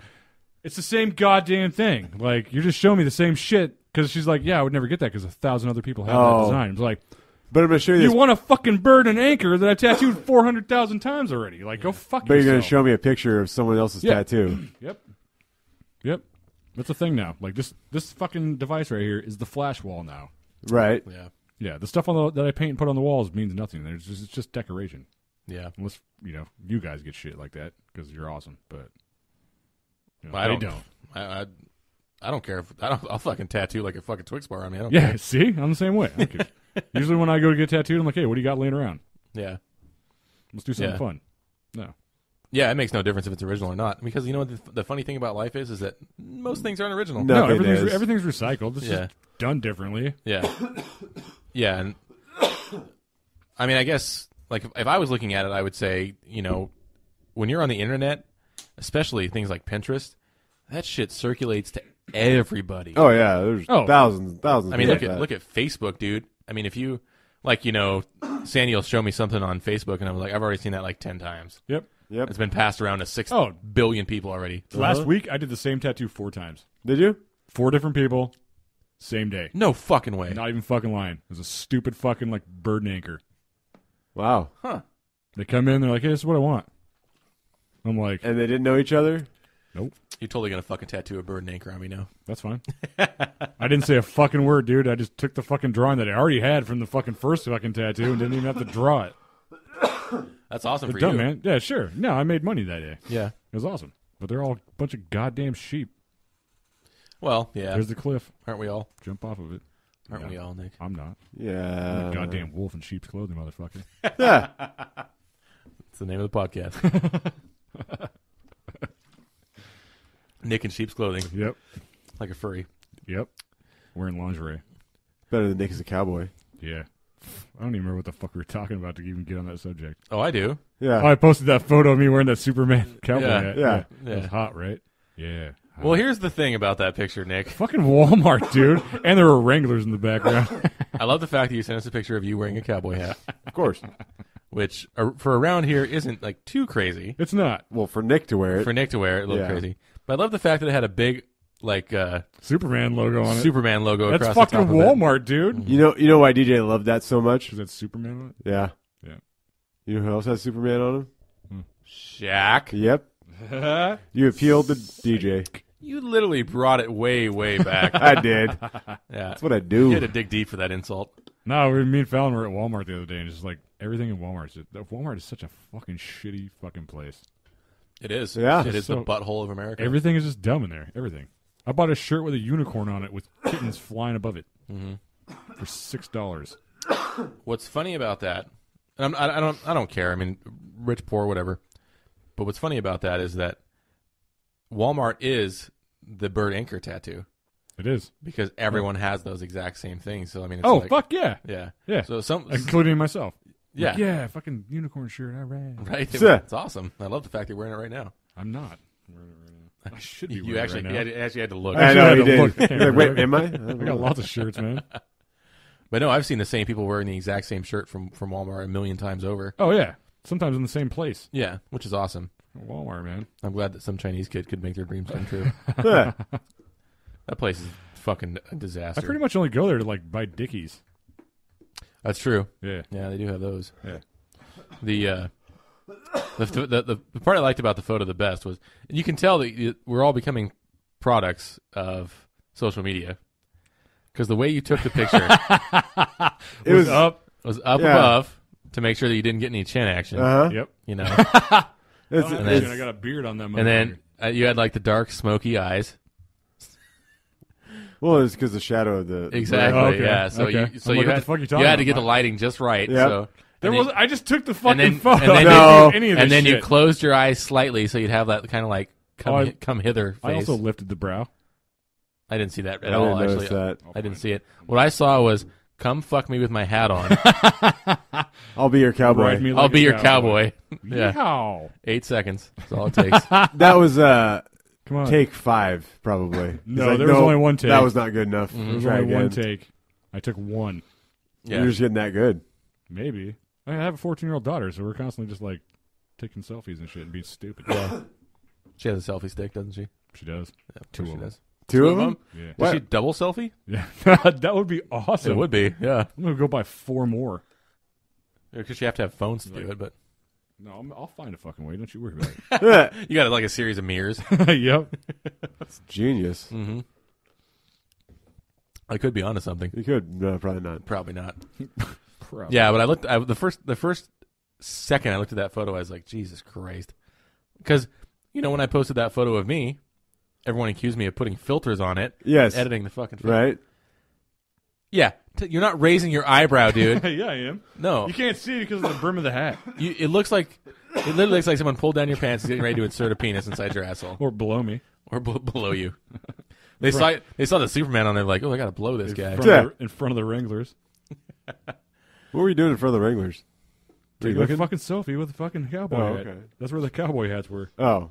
It's the same goddamn thing. Like, you're just showing me the same shit. Because she's like, yeah, I would never get that because a thousand other people have that Oh. design. It's like, But I'm gonna show you you this. want a fucking bird and anchor that I tattooed 400,000 times already. Like, go fuck but you're gonna yourself. show me a picture of someone else's Yeah. tattoo. Yep. Yep. That's a thing now. Like this this fucking device right here is the flash wall now. Right. Yeah. Yeah, the stuff on the that I paint and put on the walls means nothing. There's just, it's just decoration. Yeah. Unless you know you guys get shit like that because you're awesome, but you know, I they don't. I, I I don't care if I don't, I'll fucking tattoo like a fucking Twix bar. I mean, I don't Yeah, care. see, I'm the same way. I don't care. Usually when I go to get tattooed, I'm like, hey, what do you got laying around? yeah, Let's do something Yeah. fun. yeah. It makes no difference if it's original or not because you know what the, the funny thing about life is is that most things aren't original. No, no, it everything's is. everything's recycled. It's Yeah. just done differently. Yeah, yeah. And I mean, I guess like if, if I was looking at it, I would say you know when you're on the internet, especially things like Pinterest, that shit circulates to everybody. Oh yeah. There's Oh. thousands, and thousands. I mean, of look at that. look at Facebook, dude. I mean, if you like, you know, Sandy will show me something on Facebook, and I'm like, I've already seen that like ten times. Yep. Yep. It's been passed around to six billion Oh. people already. Last week I did the same tattoo four times. Did you? Four different people, same day. No fucking way. Not even fucking lying. It was a stupid fucking like bird and anchor. Wow. They come in, they're like, "Hey, this is what I want." I'm like, And they didn't know each other. "Nope, You're totally gonna fucking tattoo a bird and anchor on me now. that's fine." I didn't say a fucking word, dude. I just took the fucking drawing that I already had from the fucking first fucking tattoo and didn't even have to draw it. That's awesome for Dumb you. man. Yeah, sure. No, I made money that day. Yeah. It was awesome. But they're all a bunch of goddamn sheep. Well, yeah. There's the cliff. Aren't we all? Jump off of it. Aren't Yeah. we all, Nick? I'm not. I'm Uh-huh. Yeah. a goddamn wolf in sheep's clothing, motherfucker. It's the name of the podcast. Nick in sheep's clothing, yep. like a furry. Yep. Wearing lingerie. Better than Nick is a cowboy. Yeah. I don't even remember what the fuck we were talking about to even get on that subject. Oh, I do. Yeah. Oh, I posted that photo of me wearing that Superman cowboy Yeah, hat. yeah, yeah. It was hot, right? Yeah. Hot. Well, here's the thing about that picture, Nick. fucking Walmart, dude. and there were Wranglers in the background. I love the fact that you sent us a picture of you wearing a cowboy hat. of course. which ar- for around here isn't like too crazy it's not Well, for Nick to wear it. for Nick to wear. It looked Yeah. crazy, but I love the fact that it had a big like uh, Superman logo on it. Superman logo That's across fucking the top of it. Mm-hmm. Walmart, dude. you know. You know why DJ loved that so much? Is that Superman on it? Yeah. Yeah. You know who else has Superman on him? Shaq. Yep. You appealed to DJ. You literally brought it way, way back. I did. That's yeah. what I You had to do. dig deep for that insult. No, we- me and Fallon were at Walmart the other day, and it's just like everything in Walmart. Walmart is such a fucking shitty fucking place. It is. Yeah. It is the So- butthole of America. Everything is just dumb in there. Everything. I bought a shirt with a unicorn on it with kittens flying above it Mm-hmm. for six dollars. what's funny about that, and I'm, I, I don't, I don't care. I mean, rich, poor, whatever. But what's funny about that is that Walmart is the bird anchor tattoo It is. because everyone has those exact same things. So I mean, it's Oh like, fuck yeah, yeah, yeah, So some, including myself. yeah, Like, yeah, fucking unicorn shirt. I ran. right. Yeah. It's awesome. I love the fact that we're in it right now. I'm not. wearing it right now. I should be. You wearing it actually, right now. you had- actually had to look. I Actually, I know had he to did. look. I He's can't like, wait, remember. am I? I got lots of shirts, man. But no, I've seen the same people wearing the exact same shirt from from Walmart a million times over. Oh yeah, sometimes in the same place. Yeah, which is awesome. Walmart, man. I'm glad that some Chinese kid could make their dreams come true. Huh. that place is fucking a disaster. I pretty much only go there to like buy Dickies. That's true. Yeah, Yeah, they do have those. Yeah. The uh, the, the the the part I liked about the photo the best was you can tell that you, we're all becoming products of social media because the way you took the picture It was. Uh up. was up Yeah. above to make sure that you didn't get any chin action, huh. Yep. you know, uh-huh. It's, Oh, uh, And man, then- I got a beard on that. and then uh, you had like the dark smoky eyes. well, it's because the shadow of the Exactly. Oh, okay. Yeah. So Okay. you so I'm you like, what had, the fuck you you, talking had to about? get the lighting just right. Yep. So there and was. you- I just took the and fucking then, photo. and then, No. you, Any of this and then you shit. closed your eyes slightly so you'd have that kind of like come Oh, I- hi- come hither face. I also lifted the brow. I didn't see that at I didn't all. notice Actually, that. I didn't see it. What I saw was, "Come fuck me with my hat on. I'll be your cowboy. Ride me I'll like be a your cowboy." yeah, Yeehaw. eight seconds. That's all it takes. That was uh, Come on. take five, probably. He's No, there was only one take. That was not good enough. There was Try only one again. take. I took one. Mm-hmm. yeah, You're just getting that good. Maybe. I have a 14 year old daughter, so we're constantly just like taking selfies and shit and being stupid. yeah. She has a selfie stick, doesn't she? She does. Yeah, of Two course she of 'em. does. Two, of them. Yeah. Is What? she double selfie? Yeah. that would be awesome. it would be. Yeah, I'm going to go buy four more. because you have to have phones to do it. But No, I'm, I'll find a fucking way. Don't you worry about you got like a series of mirrors. it. yep. It's genius. mm-hmm. I could be onto something. You could. No, probably not. Probably not. Probably. Yeah, but I looked I, the first the first second I looked at that photo, I was like, Jesus Christ, because you know when I posted that photo of me, everyone accused me of putting filters on it, Yes. editing the fucking photo. Right. Yeah, t- you're not raising your eyebrow, dude. yeah, I am. No, You can't see it because of the brim of the hat. you, it looks like it literally looks like someone pulled down your pants and getting ready to insert a penis inside your asshole Or below me. or b- below you. They saw they saw the Superman on there like, oh, I gotta blow this guy. Front of Yeah. the- in front of the Wranglers. What were you doing in front of the Wranglers? Were you Taking a looking? fucking selfie with a fucking cowboy Oh, hat. okay. That's where the cowboy hats were. Oh,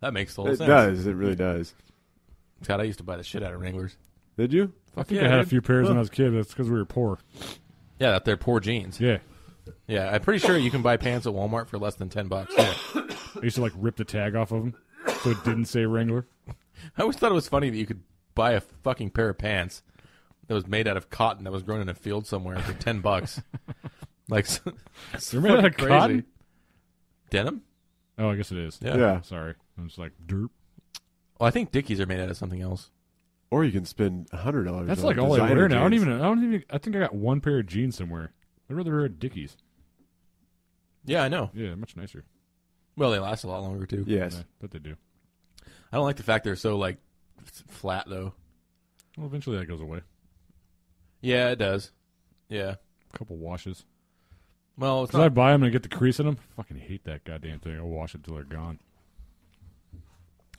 That makes total it sense. does. It really does. God, I used to buy the shit out of Wranglers. Did you? I think yeah, I had a dude. few pairs when I was a kid. That's because we were poor. Yeah, that they're poor jeans. Yeah. Yeah, I'm pretty sure you can buy pants at Walmart for less than ten bucks. I used to like rip the tag off of them so it didn't say Wrangler. I always thought it was funny that you could buy a fucking pair of pants that was made out of cotton that was grown in a field somewhere for ten bucks. like s- it's They're made out of fucking cotton? denim. Oh, I guess it is. Yeah. yeah. Sorry. I'm just like, derp. Well, I think Dickies are made out of something else. Or you can spend hundred dollars. That's like all I wear now. I don't even. I don't even. I think I got one pair of jeans somewhere. I'd rather wear Dickies. Yeah, I know. Yeah, much nicer. Well, they last a lot longer too. Yes. Yeah, but they do. I don't like the fact they're so like f- flat though. Well, eventually that goes away. Yeah, it does. Yeah. A couple washes. Well, it's Cause I not, buy them and I get the crease in them. Fucking hate that goddamn thing. I wash it till they're gone.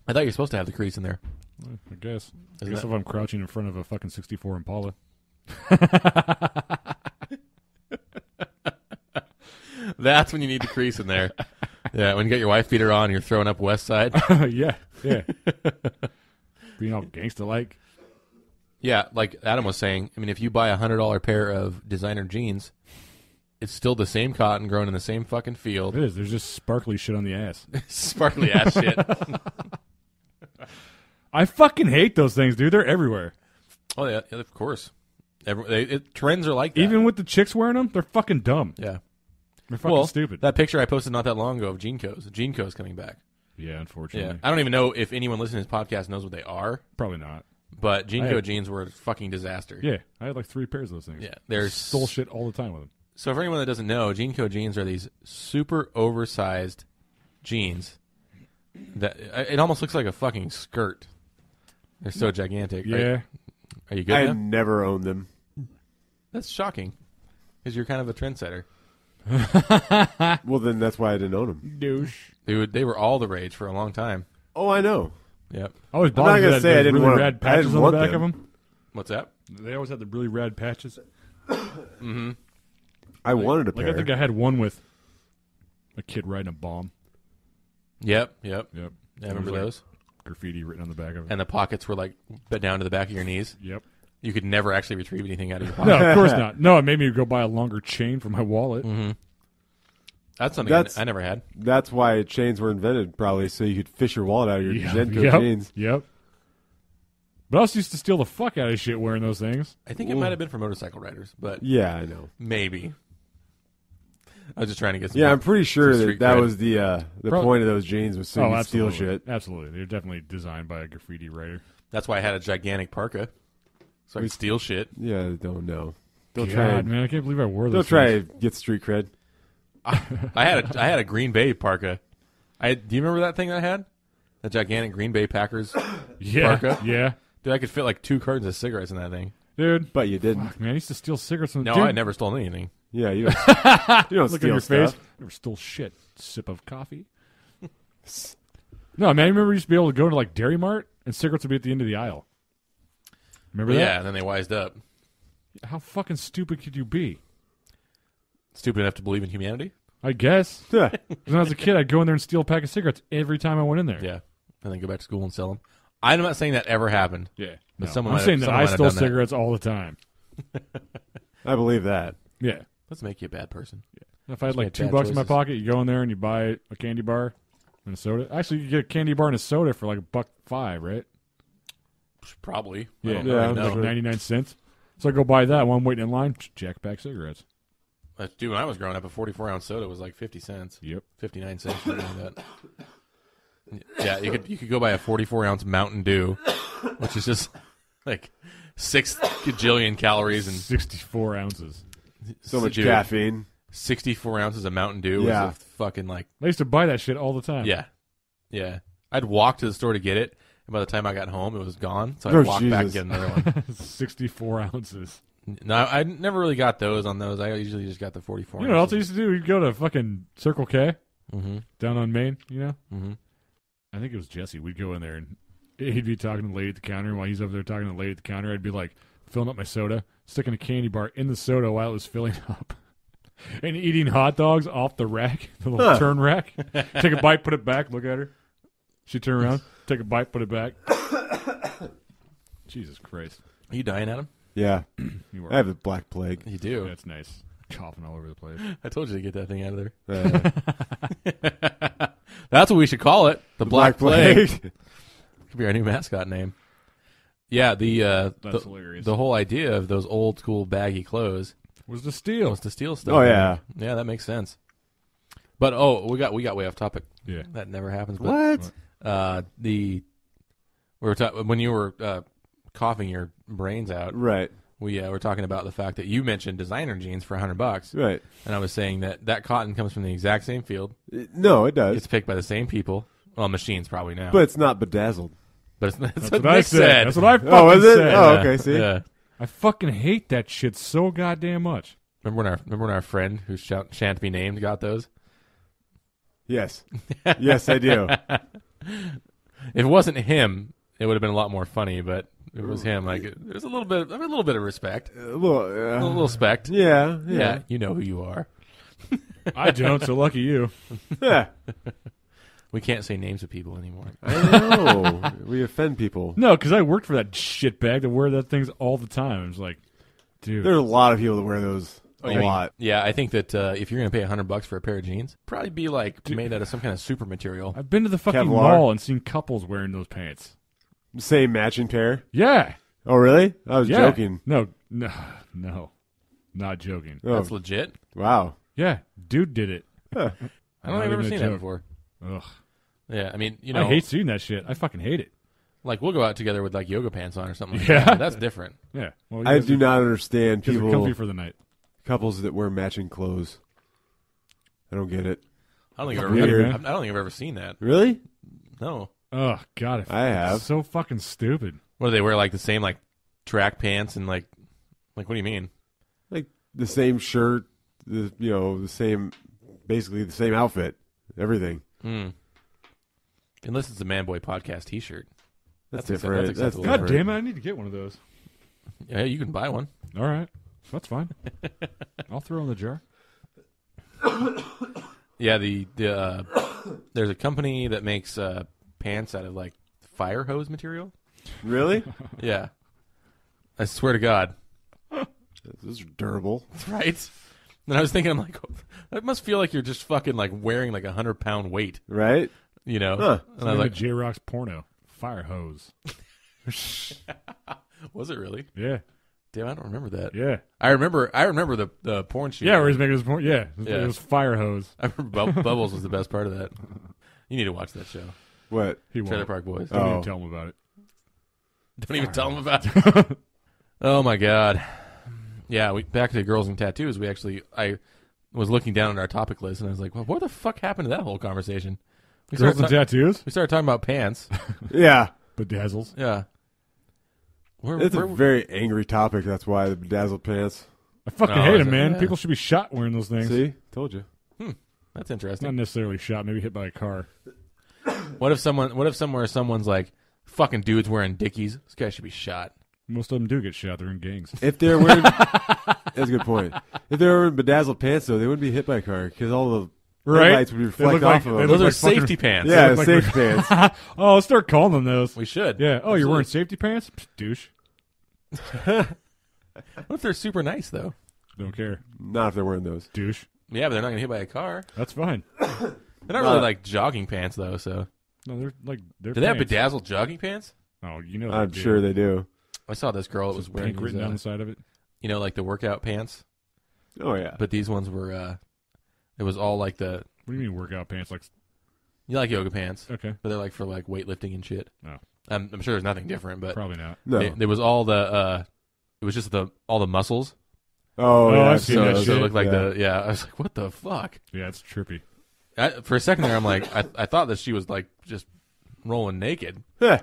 I thought you're supposed to have the crease in there. Well, I guess. I Isn't guess that- if I'm crouching in front of a fucking 64 Impala. That's when you need the crease in there. yeah, when you got your wife beater on, you're throwing up West Side. yeah. Yeah. Being all gangsta like. Yeah, like Adam was saying, I mean, if you buy a hundred dollar pair of designer jeans, it's still the same cotton grown in the same fucking It field, is. There's just sparkly shit on the ass. sparkly ass shit. I fucking hate those things, dude. They're everywhere. Oh yeah, yeah, of course. Every, they, it, trends are like that. Even with the chicks wearing them, they're fucking dumb. yeah, They're fucking well, stupid. That picture I posted not that long ago of Jeanco's, Jeanco's coming back. Yeah, unfortunately. Yeah, I don't even know if anyone listening to this podcast knows what they are, Probably not. but I Jinko have- jeans were a fucking disaster. Yeah, I had like three pairs of those things. yeah, they're Stole shit all the time with them. So for anyone that doesn't know, Jeanco jeans are these super oversized jeans that uh, it almost looks like a fucking skirt. They're so gigantic. Are- Yeah. Are, you good? I now? never owned them. That's shocking. Because you're kind of a trendsetter. Well, then that's why I didn't own them. Douche. They would, they were all the rage for a long time. Oh, I know. Yep. I always not bothered me gonna that say those I didn't really wanna- I rad patches didn't on the want back them. of them. What's that? They always had the really rad patches. I wanted a Like pair. I think I had one with a kid riding a bomb. Yep. Yep. Yep. I There was, remember like, those. Graffiti written on the back of it. And the pockets were like bent down to the back of your knees. Yep. You could never actually retrieve anything out of your pocket. No, of course not. No, it made me go buy a longer chain for my wallet. That's something That's- I never had. that's why chains were invented, probably, so you could fish your wallet out of your Yeah, Genco yep. jeans. Yep. But I also used to steal the fuck out of shit wearing those things. I think it might have been for motorcycle riders, but Yeah, I know. Maybe. I was just trying to get some. Yeah, I'm pretty sure Some that street that cred. was the uh, the Prob- point of those jeans was so you could steal Oh, absolutely. shit. Absolutely. They're definitely designed by a graffiti writer. That's why I had a gigantic parka, so I could steal shit. Yeah, I don't know. Don't God, try. and- man, I can't believe I wore Don't those. try things. and get street cred. I had a I had a Green Bay parka. I do you remember that thing that I had? The gigantic Green Bay Packers. Yeah. Parka. Yeah. Dude, I could fit like two cartons of cigarettes in that thing. Dude. But you didn't. Fuck, man, I used to steal cigarettes from No, Dude, I never stole anything. Yeah, you don't, you don't Look steal at your stuff. face. Never stole shit. Sip of coffee. no, man, I remember we used to be able to go to like Dairy Mart and cigarettes would be at the end of the aisle. Remember But yeah, that? and then they wised up. How fucking stupid could you be? Stupid enough to believe in humanity. I guess. Yeah. 'Cause When I was a kid, I'd go in there and steal a pack of cigarettes every time I went in there. Yeah, and then go back to school and sell them. I'm not saying that ever happened. Yeah. But No, someone I'm might- saying someone that I might have stole done that. cigarettes all the time. I believe that. Yeah. Let's make you a bad person. If I had like made two bad bucks in my choices. pocket, you go in there and you buy a candy bar and a soda. Actually, you could get a candy bar and a soda for like a buck five, right? Probably. I Yeah, don't Yeah, really I'm know. like sure. ninety nine cents. So I go buy that while I'm waiting in line. Jack pack cigarettes. Uh, Dude, when I was growing up, a 44 ounce soda was like 50 cents. Yep. 59 cents something like that. Yeah, you could you could go buy a 44 ounce Mountain Dew, which is just like six gajillion calories and Sixty four ounces. So much dude, caffeine. 64 ounces of Mountain Dew Yeah. was a fucking like I used to buy that shit all the time. yeah, yeah. I'd walk to the store to get it, and by the time I got home, it was gone. So I Oh, would walk back and Jesus. get another one. sixty four ounces. no, I I never really got those on those. I usually just got the 44. You know what else I ounces. used to do? We'd go to fucking Circle K Mhm, down on Main. You know, mhm. I think it was Jesse. We'd go in there and he'd be talking to the lady at the counter, and while he's over there talking to the lady at the counter, I'd be like filling up my soda, sticking a candy bar in the soda while it was filling up, and eating hot dogs off the rack, the little Huh. turn rack. Take a bite, put it back. Look at her. She turned around, take a bite, put it back. Jesus Christ, Are you dying, Adam? Yeah, you I are. have a black plague. You do. That's nice. Coughing all over the place. I told you to get that thing out of there. Uh, That's what we should call it. The, Black, Plague. Could be our new mascot name. Yeah, the uh, That's the, hilarious. the whole idea of those old school baggy clothes was the steal. was to steal stuff. oh yeah. yeah, that makes sense. But oh, we got we got way off topic. Yeah. That never happens. But What? Uh, the we were ta- when you were uh, coughing your brains out. Right. We uh, were talking about the fact that you mentioned designer jeans for hundred bucks, Right. and I was saying that that cotton comes from the exact same field. Uh, No, it does, It's picked by the same people. Well, machines probably now. but it's not bedazzled. But it's, that's, That's what I Nick said. That's what I fucking Oh, is it? said. Oh, okay. See, Yeah. I fucking hate that shit so goddamn much. Remember when our remember when our friend who sh- shan't be named got those? yes, yes, I do. If it wasn't him, it would have been a lot more funny. But it was him. Like there's a little bit, I mean, a little bit of respect, A little, uh, a little spect. Yeah, yeah, yeah, you know who you are. I don't, so lucky you. yeah. We can't say names of people anymore. I know we offend people. No, because I worked for that shitbag that wore that things all the time. I was like, dude, There are a lot of people that wear those a I mean, lot. Oh, Yeah, I think that uh, if you're gonna pay hundred bucks for a pair of jeans, probably be like made out of some kind of super material. I've been to the fucking Kevlar. mall and seen couples wearing those pants. Same matching pair. Yeah, Oh, really? I was yeah. joking. No, no, no, not joking. Oh, That's legit. wow. Yeah, dude did it. Huh. I don't Not think I've ever even a seen that joke. before. Ugh. Yeah, I mean, you know, I hate seeing that shit. I fucking hate it. like we'll go out together with like yoga pants on or something. Like Yeah. that. that's different. Yeah. Well, I you guys do are- not understand you guys are comfy people for the night. couples that wear matching clothes. I don't get it. I don't think It's I've ever, weird. I don't think I've ever seen that. Really? No, Oh God, I I have. so fucking stupid. what do they wear? Like the same like track pants and like like what do you mean? Like the same shirt, the you know, the same basically the same outfit, everything. Hmm. Unless it's a man boy podcast T-shirt. That's, That's accept- different. that's acceptable. God different. damn it! I need to get one of those. Yeah, you can buy one. All right, that's fine. I'll throw in the jar. Yeah, the the uh, there's a company that makes uh, pants out of like fire hose material. Really? Yeah, I swear to God, Those are durable. right? And I was thinking, I'm like, that must feel like you're just fucking like wearing like a hundred pound weight, Right? you know? Huh. And I was like like, J Rock's porno fire hose. was it really? Yeah, Damn, I don't remember that. yeah, I remember, I remember the the porn shoot. yeah. Where he's making his porn. Yeah, Yeah. it was fire hose. I remember Bub- Bubbles was the best part of that. You need to watch that show, What? He Trailer won't. Park Boys. Don't Oh. even tell him about it. Don't even tell them about it. oh my god. Yeah, we back to girls and tattoos. We actually I was looking down at our topic list and I was like, "Well, what the fuck happened to that whole conversation?" We Girls started, and ta- tattoos, we started talking about pants. Yeah. bedazzles. yeah. Where, It's a where, very angry topic. That's why the bedazzled pants. I fucking Oh, hate is him, it? man. Yeah. People should be shot wearing those things. See? Told you. that's interesting. Not necessarily shot, maybe hit by a car. What if someone what if somewhere someone's like, "Fucking dudes wearing dickies. This guy should be shot." Most of them do get shot. They're in gangs. If they're wearing, that's a good point. If they were wearing bedazzled pants, though, they wouldn't be hit by a car because all the Right. headlights would They look reflect like- off of they them. look Those are like fucking- safety pants. yeah, look like- safe pants. oh, let's start calling them those. We should. Yeah. Oh, you're wearing Absolutely. safety pants, Psh, douche. What if they're super nice though? Don't care, Not if they're wearing those. douche. Yeah, but they're not gonna hit by a car. That's fine. They're not No. really like jogging pants though. So No, they're like they're. do they have pants. bedazzled jogging pants? Oh, you know. I'm they do. sure they do. I saw this girl that was Just wearing pink these, written uh, down the side of it. you know, like the workout pants, Oh yeah. but these ones were, uh, it was all like the, What do you mean workout pants? Like you like yoga pants, okay, Oh. but they're like for like weightlifting and shit. No. I'm, I'm sure there's nothing different, but probably not. No. they- there was all the, uh, it was just the, all the muscles. oh, Oh, yeah. I've I've seen seen that so, those. so it shit. looked like Yeah. the, yeah, I was like, what the fuck? Yeah, it's trippy. I, for a second there, I'm like, I, I thought that she was like just rolling naked Heh.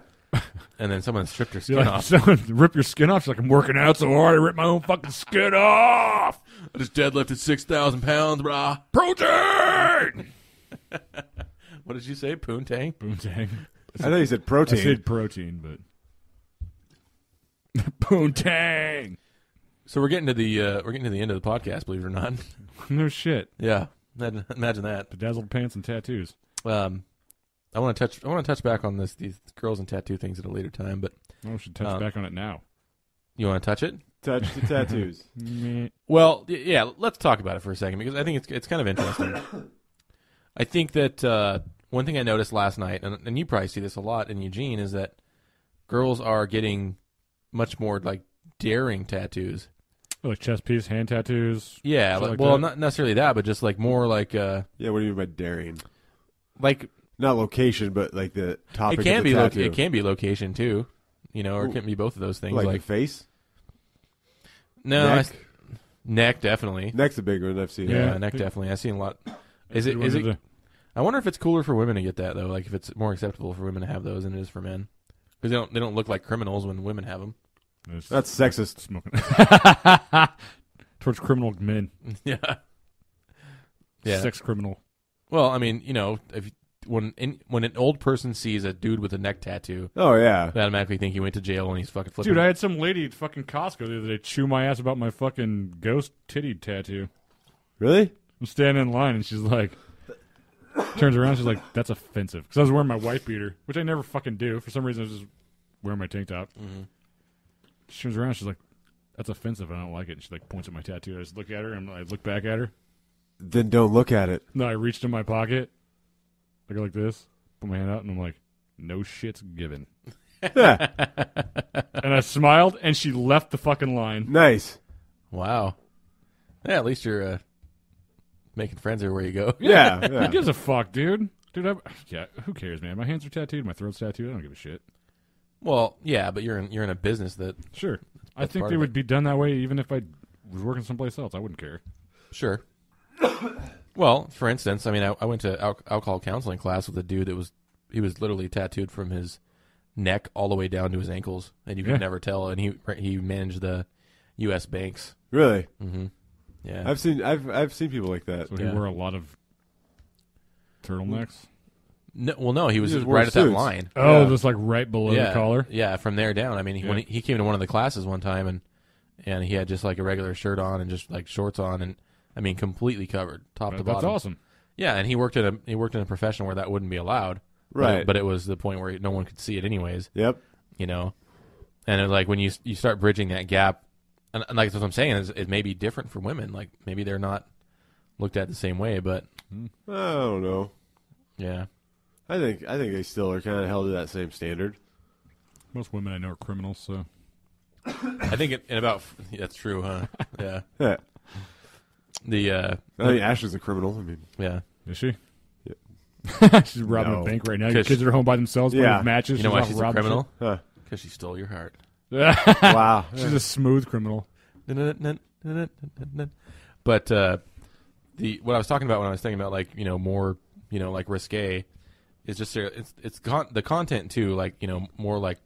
and then someone stripped her skin You're like, off. someone rip your skin off. She's like, I'm working out so hard, I rip my own fucking skin off. I just deadlifted 6,000 pounds, brah. Protein. What did you say? Poontang? Boontang. I thought you said I protein. said protein, but boontang. So we're getting to the, uh, we're getting to the end of the podcast, believe it or not. No shit. yeah. Imagine imagine that. Bedazzled pants and tattoos. Um, I want to touch. I want to touch back on this these girls and tattoo things at a later time. But Oh, we should touch Uh, back on it now. you want to touch it? Touch the tattoos. Meh. Well, y- yeah. Let's talk about it for a second because I think it's it's kind of interesting. I think that uh, one thing I noticed last night, and, and you probably see this a lot in Eugene, is that girls are getting much more like daring tattoos. Like chest piece, hand tattoos. Yeah. Shit like- like well, that. not necessarily that, but just like more like uh, yeah. What do you mean by daring? like Not location, but like the topic. it can of be the lo- tattoo. it can be location too. You know, or it Ooh. can be both of those things. like, Like, the face. no, I neck. s- neck definitely. Neck's a big one I've seen. Yeah, Yeah. neck definitely. I've seen a lot. Is You it? Is wanted it? to- I wonder if it's cooler for women to get that though. Like if it's more acceptable for women to have those than it is for men, because they don't they don't look like criminals when women have them. it's That's sexist. smoking. Towards criminal men. yeah. Yeah. Sex criminal. Well, I mean, you know, if you- when in, when an old person sees a dude with a neck tattoo, Oh yeah. they automatically think he went to jail and he's fucking flipping. Dude, I had some lady at fucking Costco the other day chew my ass about my fucking ghost titty tattoo. Really? I'm standing in line and she's like, turns around, she's like, that's offensive. Because I was wearing my white beater, which I never fucking do. For some reason, I was just wearing my tank top. Mm-hmm. She turns around, she's like, that's offensive. I don't like it. And she like points at my tattoo. I just look at her and I look back at her. Then don't look at it. No, I reached in my pocket. I go like this, put my hand out, and I'm like, no shit's given. Yeah. and I smiled, and she left the fucking line. nice. wow. Yeah, at least you're uh, making friends everywhere you go. Yeah. Who yeah. gives a fuck, dude? Dude, Dude, I, yeah, who cares, man? My hands are tattooed, my throat's tattooed. I don't give a shit. Well, yeah, but you're in you're in a business that Sure. I that's think part they of would it. be done that way even if I was working someplace else. I wouldn't care. Sure. well, for instance, I mean, I, I went to al- alcohol counseling class with a dude that was he was literally tattooed from his neck all the way down to his ankles, and you could Yeah. never tell. And he he managed the U.S. banks. Really, Mm-hmm. Yeah, I've seen I've I've seen people like that. So Yeah. he wore a lot of turtlenecks. no, well, no, he was just wore right at that suits. line. Oh, Yeah. just like right below yeah, the collar. Yeah, from there down. I mean, he, when Yeah. he, he came to one of the classes one time, and and he had just like a regular shirt on and just like shorts on, and I mean, completely covered top to That- bottom. that's awesome. Yeah, and he worked in a he worked in a profession where that wouldn't be allowed. But it- Right. but it was the point where no one could see it anyways. Yep. You know, and it, like when you you start bridging that gap, and, and like that's what I'm saying is it may be different for women. Like maybe they're not looked at the same way, but I don't know. yeah, I think I think they still are kind of held to that same standard. Most women I know are criminals, so I think it, in about that's true, huh? Yeah, Yeah. the uh, I mean, Ashley's a criminal. I mean, yeah. is she? Yeah. she's robbing No. a bank right now. Your 'Cause- kids are home by themselves playing Yeah. with matches. You know why off she's a robbing criminal? huh. Because she stole your heart. shit. wow. she's a smooth criminal. But uh, the what I was talking about when I was thinking about like you know more you know like risque is just there- it's it's con- the content too like you know more like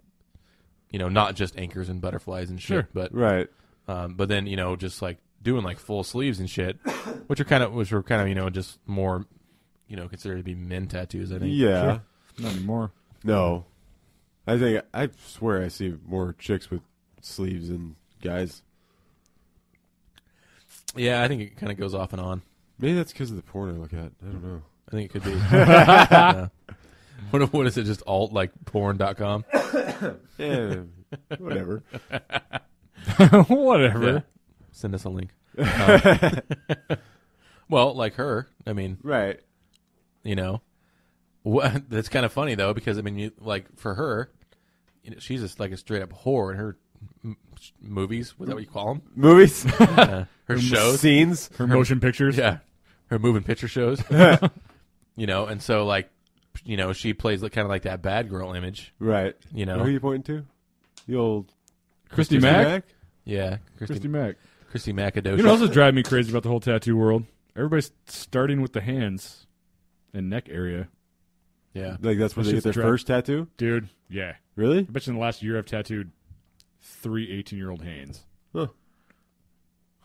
you know not just anchors and butterflies and shit Sure. but Right. um, but then you know just like doing like full sleeves and shit which are kind of which were kind of you know just more you know considered to be men tattoos I think Yeah. Sure. Not anymore. No. I think I swear I see more chicks with sleeves than guys. yeah I think it kind of goes off and on Maybe that's because of the porn I look at. I don't know. I think it could be Yeah. what what is it just alt like porn.com Yeah. Eh, whatever. Whatever. Yeah. Send us a link. Um, well, like her, I mean, Right. you know, what, that's kind of funny though because I mean, you, like for her, you know, she's just like a straight up whore in her m- movies. Was that what you call them? Movies, Uh, her shows, scenes. Her motion pictures. yeah, her moving picture shows. you know, and so like, you know, she plays like, kind of like that bad girl image. Right. You know, Oh, Who are you pointing to? The old Christy Mack. yeah, Christy Christy Mack. Christy Macadocia. You know what else is driving me crazy about the whole tattoo world? Everybody's starting with the hands and neck area. yeah, Like that's where That's they get just their drag- first tattoo. Dude, yeah. Really? I bet you in the last year I've tattooed three 18 year old hands. huh?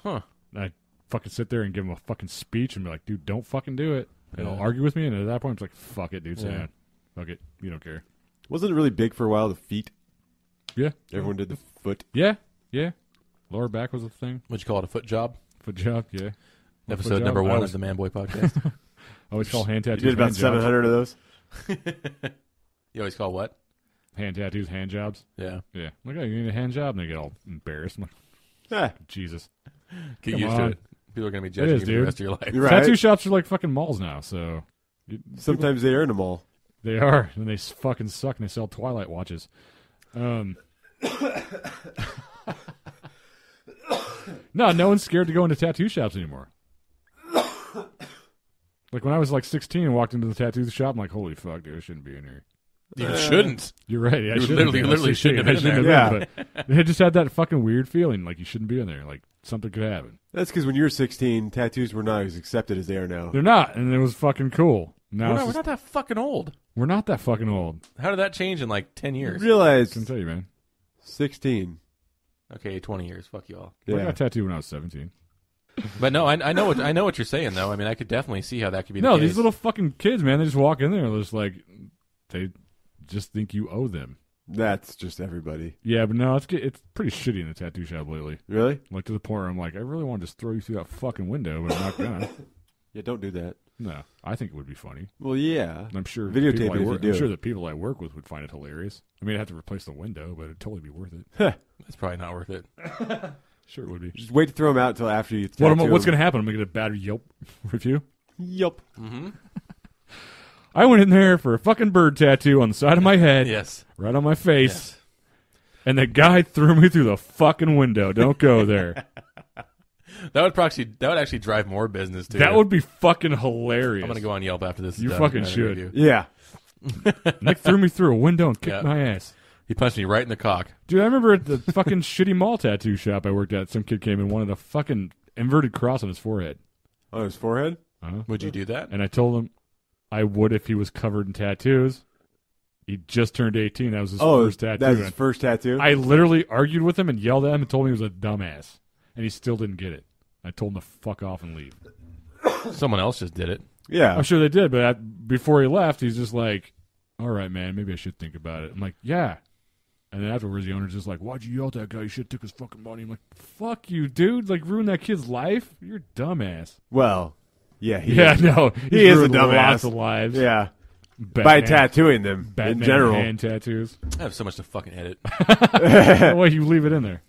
And I fucking sit there and give them a fucking speech and be like, dude, don't fucking do it. And Yeah. they'll argue with me. And at that point, I'm just like, fuck it, dude. Sit Yeah. down. Fuck it. You don't care. Wasn't it really big for a while? The feet. Yeah. Everyone did the foot. Yeah. Yeah. Lower back was a thing. What'd you call it? A foot job? Foot job. Yeah. Well, foot Episode job, number I one was- of the Man Boy Podcast. I always call hand You tattoos did about hand seven jobs. hundred of those. You always call what? Hand tattoos, hand jobs. Yeah. Yeah. I'm like, oh, you need a hand job? And they get all embarraused. I'm like, Yeah. Jesus. Get Come used to on. it. People are going to be judging you is, for the dude. rest of your life. You're right. Tattoo shops are like fucking malls now, so Sometimes they earn them all. They are, and they s- fucking suck, and they sell Twilight watches. Um, no, no one's scared to go into tattoo shops anymore. Like when I was like 16 and walked into the tattoo shop, I'm like, "Holy fuck, dude, I shouldn't be in here." You Uh, shouldn't. You're right. I You shouldn't literally- be. I was literally 16, shouldn't have I been shouldn't have been, but it just had that fucking weird feeling, like you shouldn't be in there, like something could happen. That's because when you were 16, tattoos were not as accepted as they are now. They're not, and it was fucking cool. We're Now not, it's we're just- not that fucking old. we're not that fucking old. How did that change in like 10 You years? I realize can tell you, man. 16. Okay, 20 years. Fuck you all. I Yeah. got tattooed when I was 17. But no, I, I know what I know what you're saying though. I mean, I could definitely see how that could be. no, the case. these little fucking kids, man, they just walk in there and just like they just think you owe them. That's just everybody. Yeah, but no, it's get- it's pretty shitty in the tattoo shop lately. Really? Like to the point where I'm like, I really want to just throw you through that fucking window, but I'm not gonna. Yeah, don't do that. no, I think it would be funny. Well, yeah. And I'm sure Videotape people I it if work- you do. I'm sure the people I work with would find it hilarious. I mean, I'd have to replace the window, but it'd totally be worth it. It's probably not worth it. Sure, it would be. Just wait to throw them out until after you What am I- tattoo what's them. gonna happen? I'm gonna get a bad Yelp review. Yup. Mm-hmm. I went in there for a fucking bird tattoo on the side of my head, Yes. right on my face. Yes. And the guy threw me through the fucking window. Don't go there. That would proxy. That would actually drive more business too. That would be fucking hilarious. I'm gonna go on Yelp after this. is You done. fucking I agree should. with you. Yeah. Nick threw me through a window and kicked Yeah. my ass. He punched me right in the cock. Dude, I remember at the fucking shitty mall tattoo shop I worked at, some kid came and wanted a fucking inverted cross on his forehead. On Oh, his forehead? Uh-huh. Would you do that? And I told him I would if he was covered in tattoos. He just turned 18. That was his oh, first tattoo. that's And his first tattoo? I literally argued with him and yelled at him and told him he was a dumbass. And he still didn't get it. I told him to fuck off and leave. Someone else just did it. yeah. I'm sure they did, but I, before he left, he's just like, all right, man, maybe I should think about it. I'm like, yeah. And then afterwards, the owner's just like, why'd you yell at that guy? You should have took his fucking money. I'm like, fuck you, dude. Like, ruin that kid's life? You're a dumbass. Well, yeah. He yeah, Is. no. He is a ruined dumbass. Lots of lives. Yeah. Batman, By tattooing them Batman in general. hand tattoos. I have so much to fucking edit. That way you leave it in there.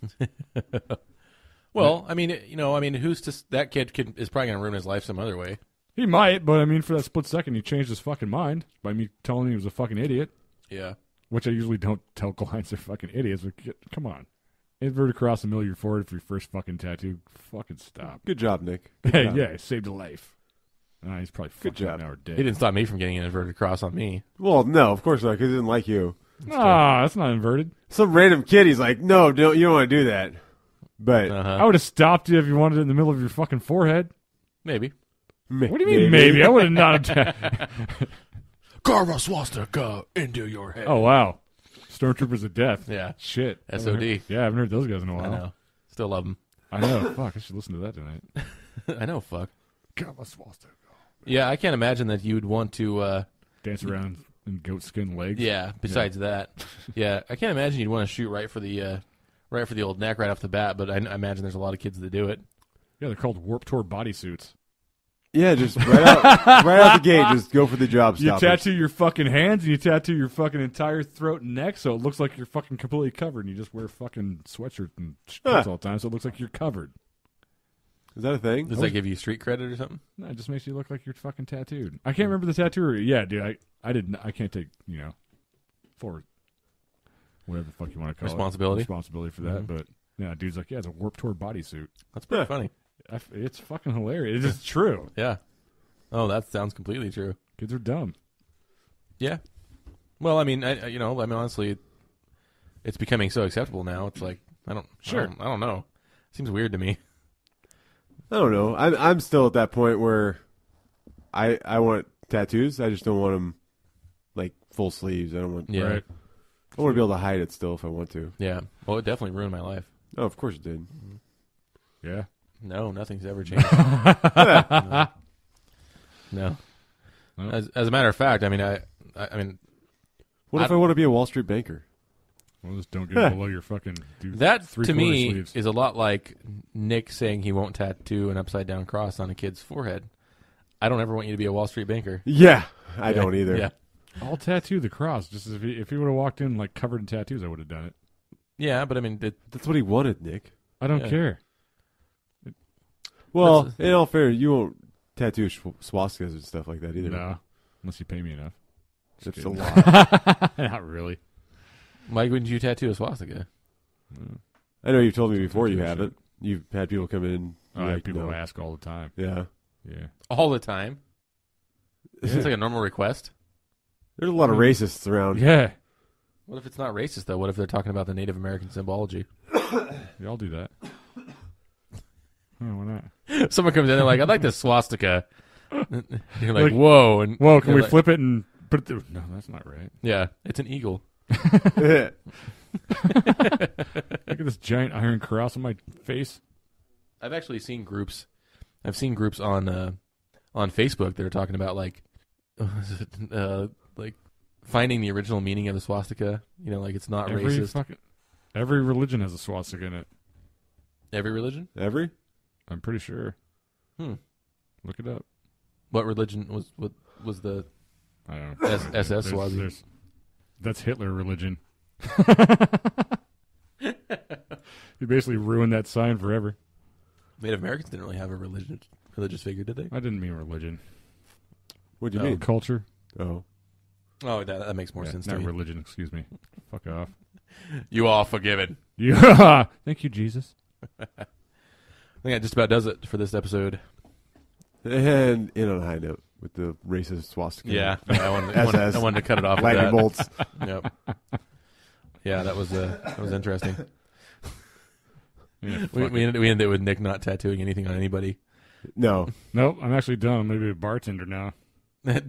well, I mean, you know, I mean, who's to s- that kid could, is probably gonna ruin his life some other way. He might, but I mean, for that split second, he changed his fucking mind by me telling him he was a fucking idiot, Yeah. which I usually don't tell clients they're fucking idiots. But get, come on. Invert across the middle of your forehead for your first fucking tattoo. Fucking stop. Good job, Nick. Good Hey, job. yeah, it saved a life. Nah, he's probably fucked job. up now or He dead. didn't stop me from getting an inverted cross on me. Well, no, of course not, because he didn't like you. Nah, that's not inverted. Some random kid, he's like, no, don't, you don't want to do that. But Uh I huh. would have stopped you if you wanted it in the middle of your fucking forehead. Maybe. ma- What do you mean, maybe? I would have not. obje- Garra swastika into your head. oh wow, stormtroopers of death. Yeah. Shit. I haven't SOD. heard- Yeah, I haven't heard those guys in a while. I know. Still love him. I know. Fuck, I should listen to that tonight. I know. Fuck. God, my swastika. Yeah, I can't imagine that you'd want to. uh Dance around in goat skin legs. Yeah. Besides that, yeah, I can't imagine you'd want to shoot right for the, uh right for the old neck right off the bat. But I, I imagine there's a lot of kids that do it. Yeah, they're called Warp Tour bodysuits. Yeah, just right out, right out the gate, just go for the job You stop. tattoo your fucking hands and you tattoo your fucking entire throat and neck so it looks like you're fucking completely covered and you just wear fucking sweatshirt and shirts Huh. all the time so it looks like you're covered. Is that a thing? Does that give you street credit or something? No, it just makes you look like you're fucking tattooed. I can't remember the tattooer. Yeah, dude, I, I didn't. I can't take, you know, for whatever the fuck you want to call Responsibility? Mm-hmm. it. Responsibility. Responsibility for that. But yeah, dude's like, yeah, it's a Warp Tour bodysuit. That's pretty Yeah. funny. I f- It's fucking hilarious. It's true. Yeah. Oh, that sounds completely true. Kids are dumb. Yeah. Well, I mean, I, I- you know, I mean, honestly, it's becoming so acceptable now. It's like I don't Sure. I don't, I don't know. Seems weird to me. I don't know. I'm I'm still at that point where I I want tattoos. I just don't want them like full sleeves. I don't want. Yeah. Right? I want to be able to hide it still if I want to. Yeah. Well, it definitely ruined my life. Oh, of course it did. Yeah. No, nothing's ever changed. no. Nope. As, as a matter of fact, I mean, I, I, I mean, What if I- I want to be a Wall Street banker? Well, just don't get below your fucking. Do that three to me sleeves. is a lot like Nick saying he won't tattoo an upside down cross on a kid's forehead. I don't ever want you to be a Wall Street banker. Yeah, I don't either. Yeah. I'll tattoo the cross. Just as if he, if he would have walked in like covered in tattoos, I would have done it. Yeah, but I mean, it, That's what he wanted, Nick. I don't Yeah. care. Well, That's in all fairness, you won't tattoo sh- swastikas and stuff like that either. No, unless you pay me enough. That's a kidding. lot. Not really. why wouldn't you tattoo a swastika? Mm. I know you've told me before you Tattoo Oh, haven't. You've had people come in. I you're have like, people no. ask all the time. Yeah, Yeah. all the time. It's like a normal request. there's a lot of Mm-hmm. racists around. Yeah. What if it's not racist though? What if they're talking about the Native American symbology? Y'all do that. oh, why not? Someone comes in, they're like, "I'd like this swastika." You're like, Like, "Whoa!" And Well, can you're we like- flip it and put it through? No, that's not right. Yeah, it's an eagle. Look at this giant iron cross on my face. I've actually seen groups. I've seen groups on uh, on Facebook that are talking about like, uh, like finding the original meaning of the swastika. You know, like it's not Every racist. fucking. Every religion has a swastika in it. Every religion. Every? I'm pretty sure. Hmm. Look it up. What religion was what was the I don't know. S- SS There's- Swazi? there's- That's Hitler religion. you basically ruined that sign forever. Native Americans didn't really have a religion religious figure, did they? I didn't mean religion. What do you Oh. mean? Culture. Oh, Oh, that, that makes more Yeah, sense to not me. religion, excuse me. Fuck off. You all forgiven. Yeah. Thank you, Jesus. think that just about does it for this episode. And in on a high note with the racist swastika. I wanted, I wanted- SS. I wanted to cut it off. with Lightning that. bolts. Yep. Yeah, that was uh, that was interesting. Yeah, We, fuck we it. ended, we ended it with Nick not tattooing anything on anybody. No, nope, I'm actually done. I'm going to be a bartender now.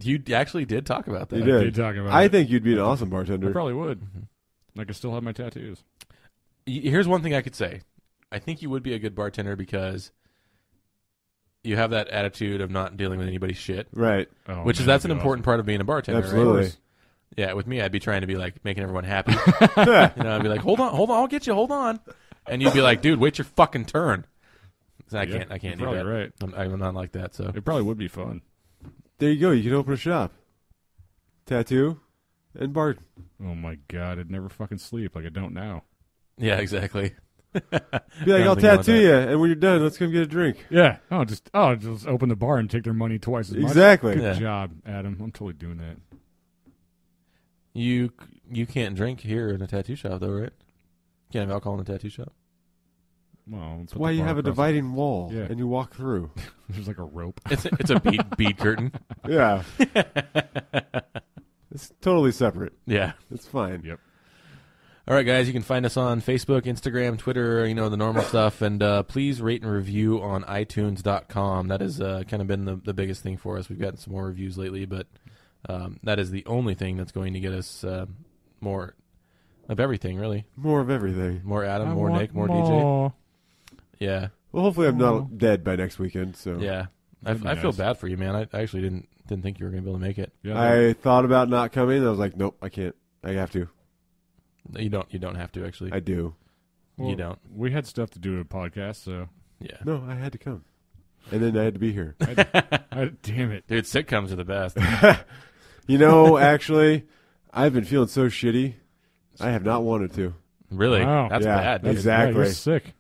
you actually did talk about that. You What are did. you talking about? I it? think you'd be an awesome I bartender. probably would. Mhm. And I could still have my tattoos. Y- Here's one thing I could say. I think you would be a good bartender because you have that attitude of not dealing with anybody's shit, Right. Oh, which is man, that's an that'd be important part of being a bartender. right? Absolutely. Yeah, with me, I'd be trying to be like making everyone happy. you know, I'd be like, hold on, hold on, I'll get you, hold on, and you'd be like, dude, wait your fucking turn. So I awesome. can't, I Yeah, can't do you're that. probably right. I'm, I'm not like that. So It probably would be fun. There you go. You can open a shop. Tattoo and bar. Oh my god, I'd never fucking sleep like I don't now. yeah, exactly. Be like, Yeah, I'm I'll thinking about tattoo that. you, and when you're done, let's come get a drink. Yeah. Oh, just oh, just open the bar and take their money twice as much. Exactly. Yeah. Good job, Adam. I'm totally doing that. You you can't drink here in a tattoo shop though, right? Can't have alcohol in a tattoo shop. Well, That's why you have a dividing wall Yeah. and you walk through. There's like a rope. It's a, it's a bead bead curtain. yeah. it's totally separate. Yeah. It's fine. Yeah. All right, guys, you can find us on Facebook, Instagram, Twitter, you know, the normal stuff. And uh, please rate and review on iTunes.com. That has uh, kind of been the, the biggest thing for us. We've gotten some more reviews lately, but um, that is the only thing that's going to get us uh, more of everything, really. More of everything. More Adam, I more want Nick, more, DJ. more. Yeah, Well, hopefully, I'm Oh. not dead by next weekend. So Mm-hmm. yeah. I, That'd be I feel nice. bad for you, man. I, I actually didn't didn't think you were going to be able to make it. Yeah, there- I thought about not coming. and I was like, nope, I can't. I have to. You don't you don't have to actually. I do. well, you don't. We had stuff to do in a podcast, so Yeah. No, I had to come. And then I had to be here. I, damn it. Dude, sitcoms are the best. You know, actually, I've been feeling so shitty. I have not wanted to. Really? Wow. That's Yeah. bad. dude. That's- Exactly. Yeah, you're sick.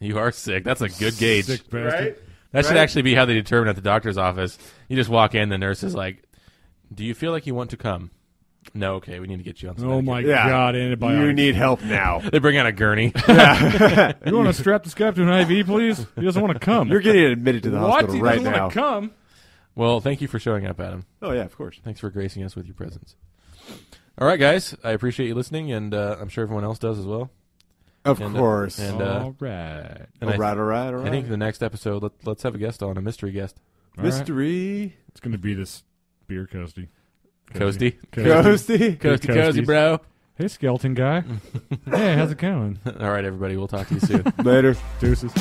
You are sick. That's a good gauge. Sick bastard. That should Right? actually be how they determine at the doctor's office. You just walk in, the nurse is like, "Do you feel like you want to come?" No, okay, we need to get you on. some Oh medication." my Yeah. god, antibiotics. You need help now. They bring out a gurney. You want to strap this guy up to an IV, please? He doesn't want to come. You're getting admitted to the what? hospital He right doesn't now. want to come. well, thank you for showing up, Adam. Oh yeah, of course. Thanks for gracing us with your presence. All right, guys, I appreciate you listening, and uh, I'm sure everyone else does as well. Of And, uh, course. and, uh, all right. And I, all right, all right, all I right. think the next episode, let, let's have a guest on, a mystery guest, All right. Mystery It's going to be this beer coasty. Coasty, Coasty, Ghosty. Coasty, Coasties. bro. Hey, skeleton guy. hey, how's it going? All right, everybody, we'll talk to you soon. Later. Deuces.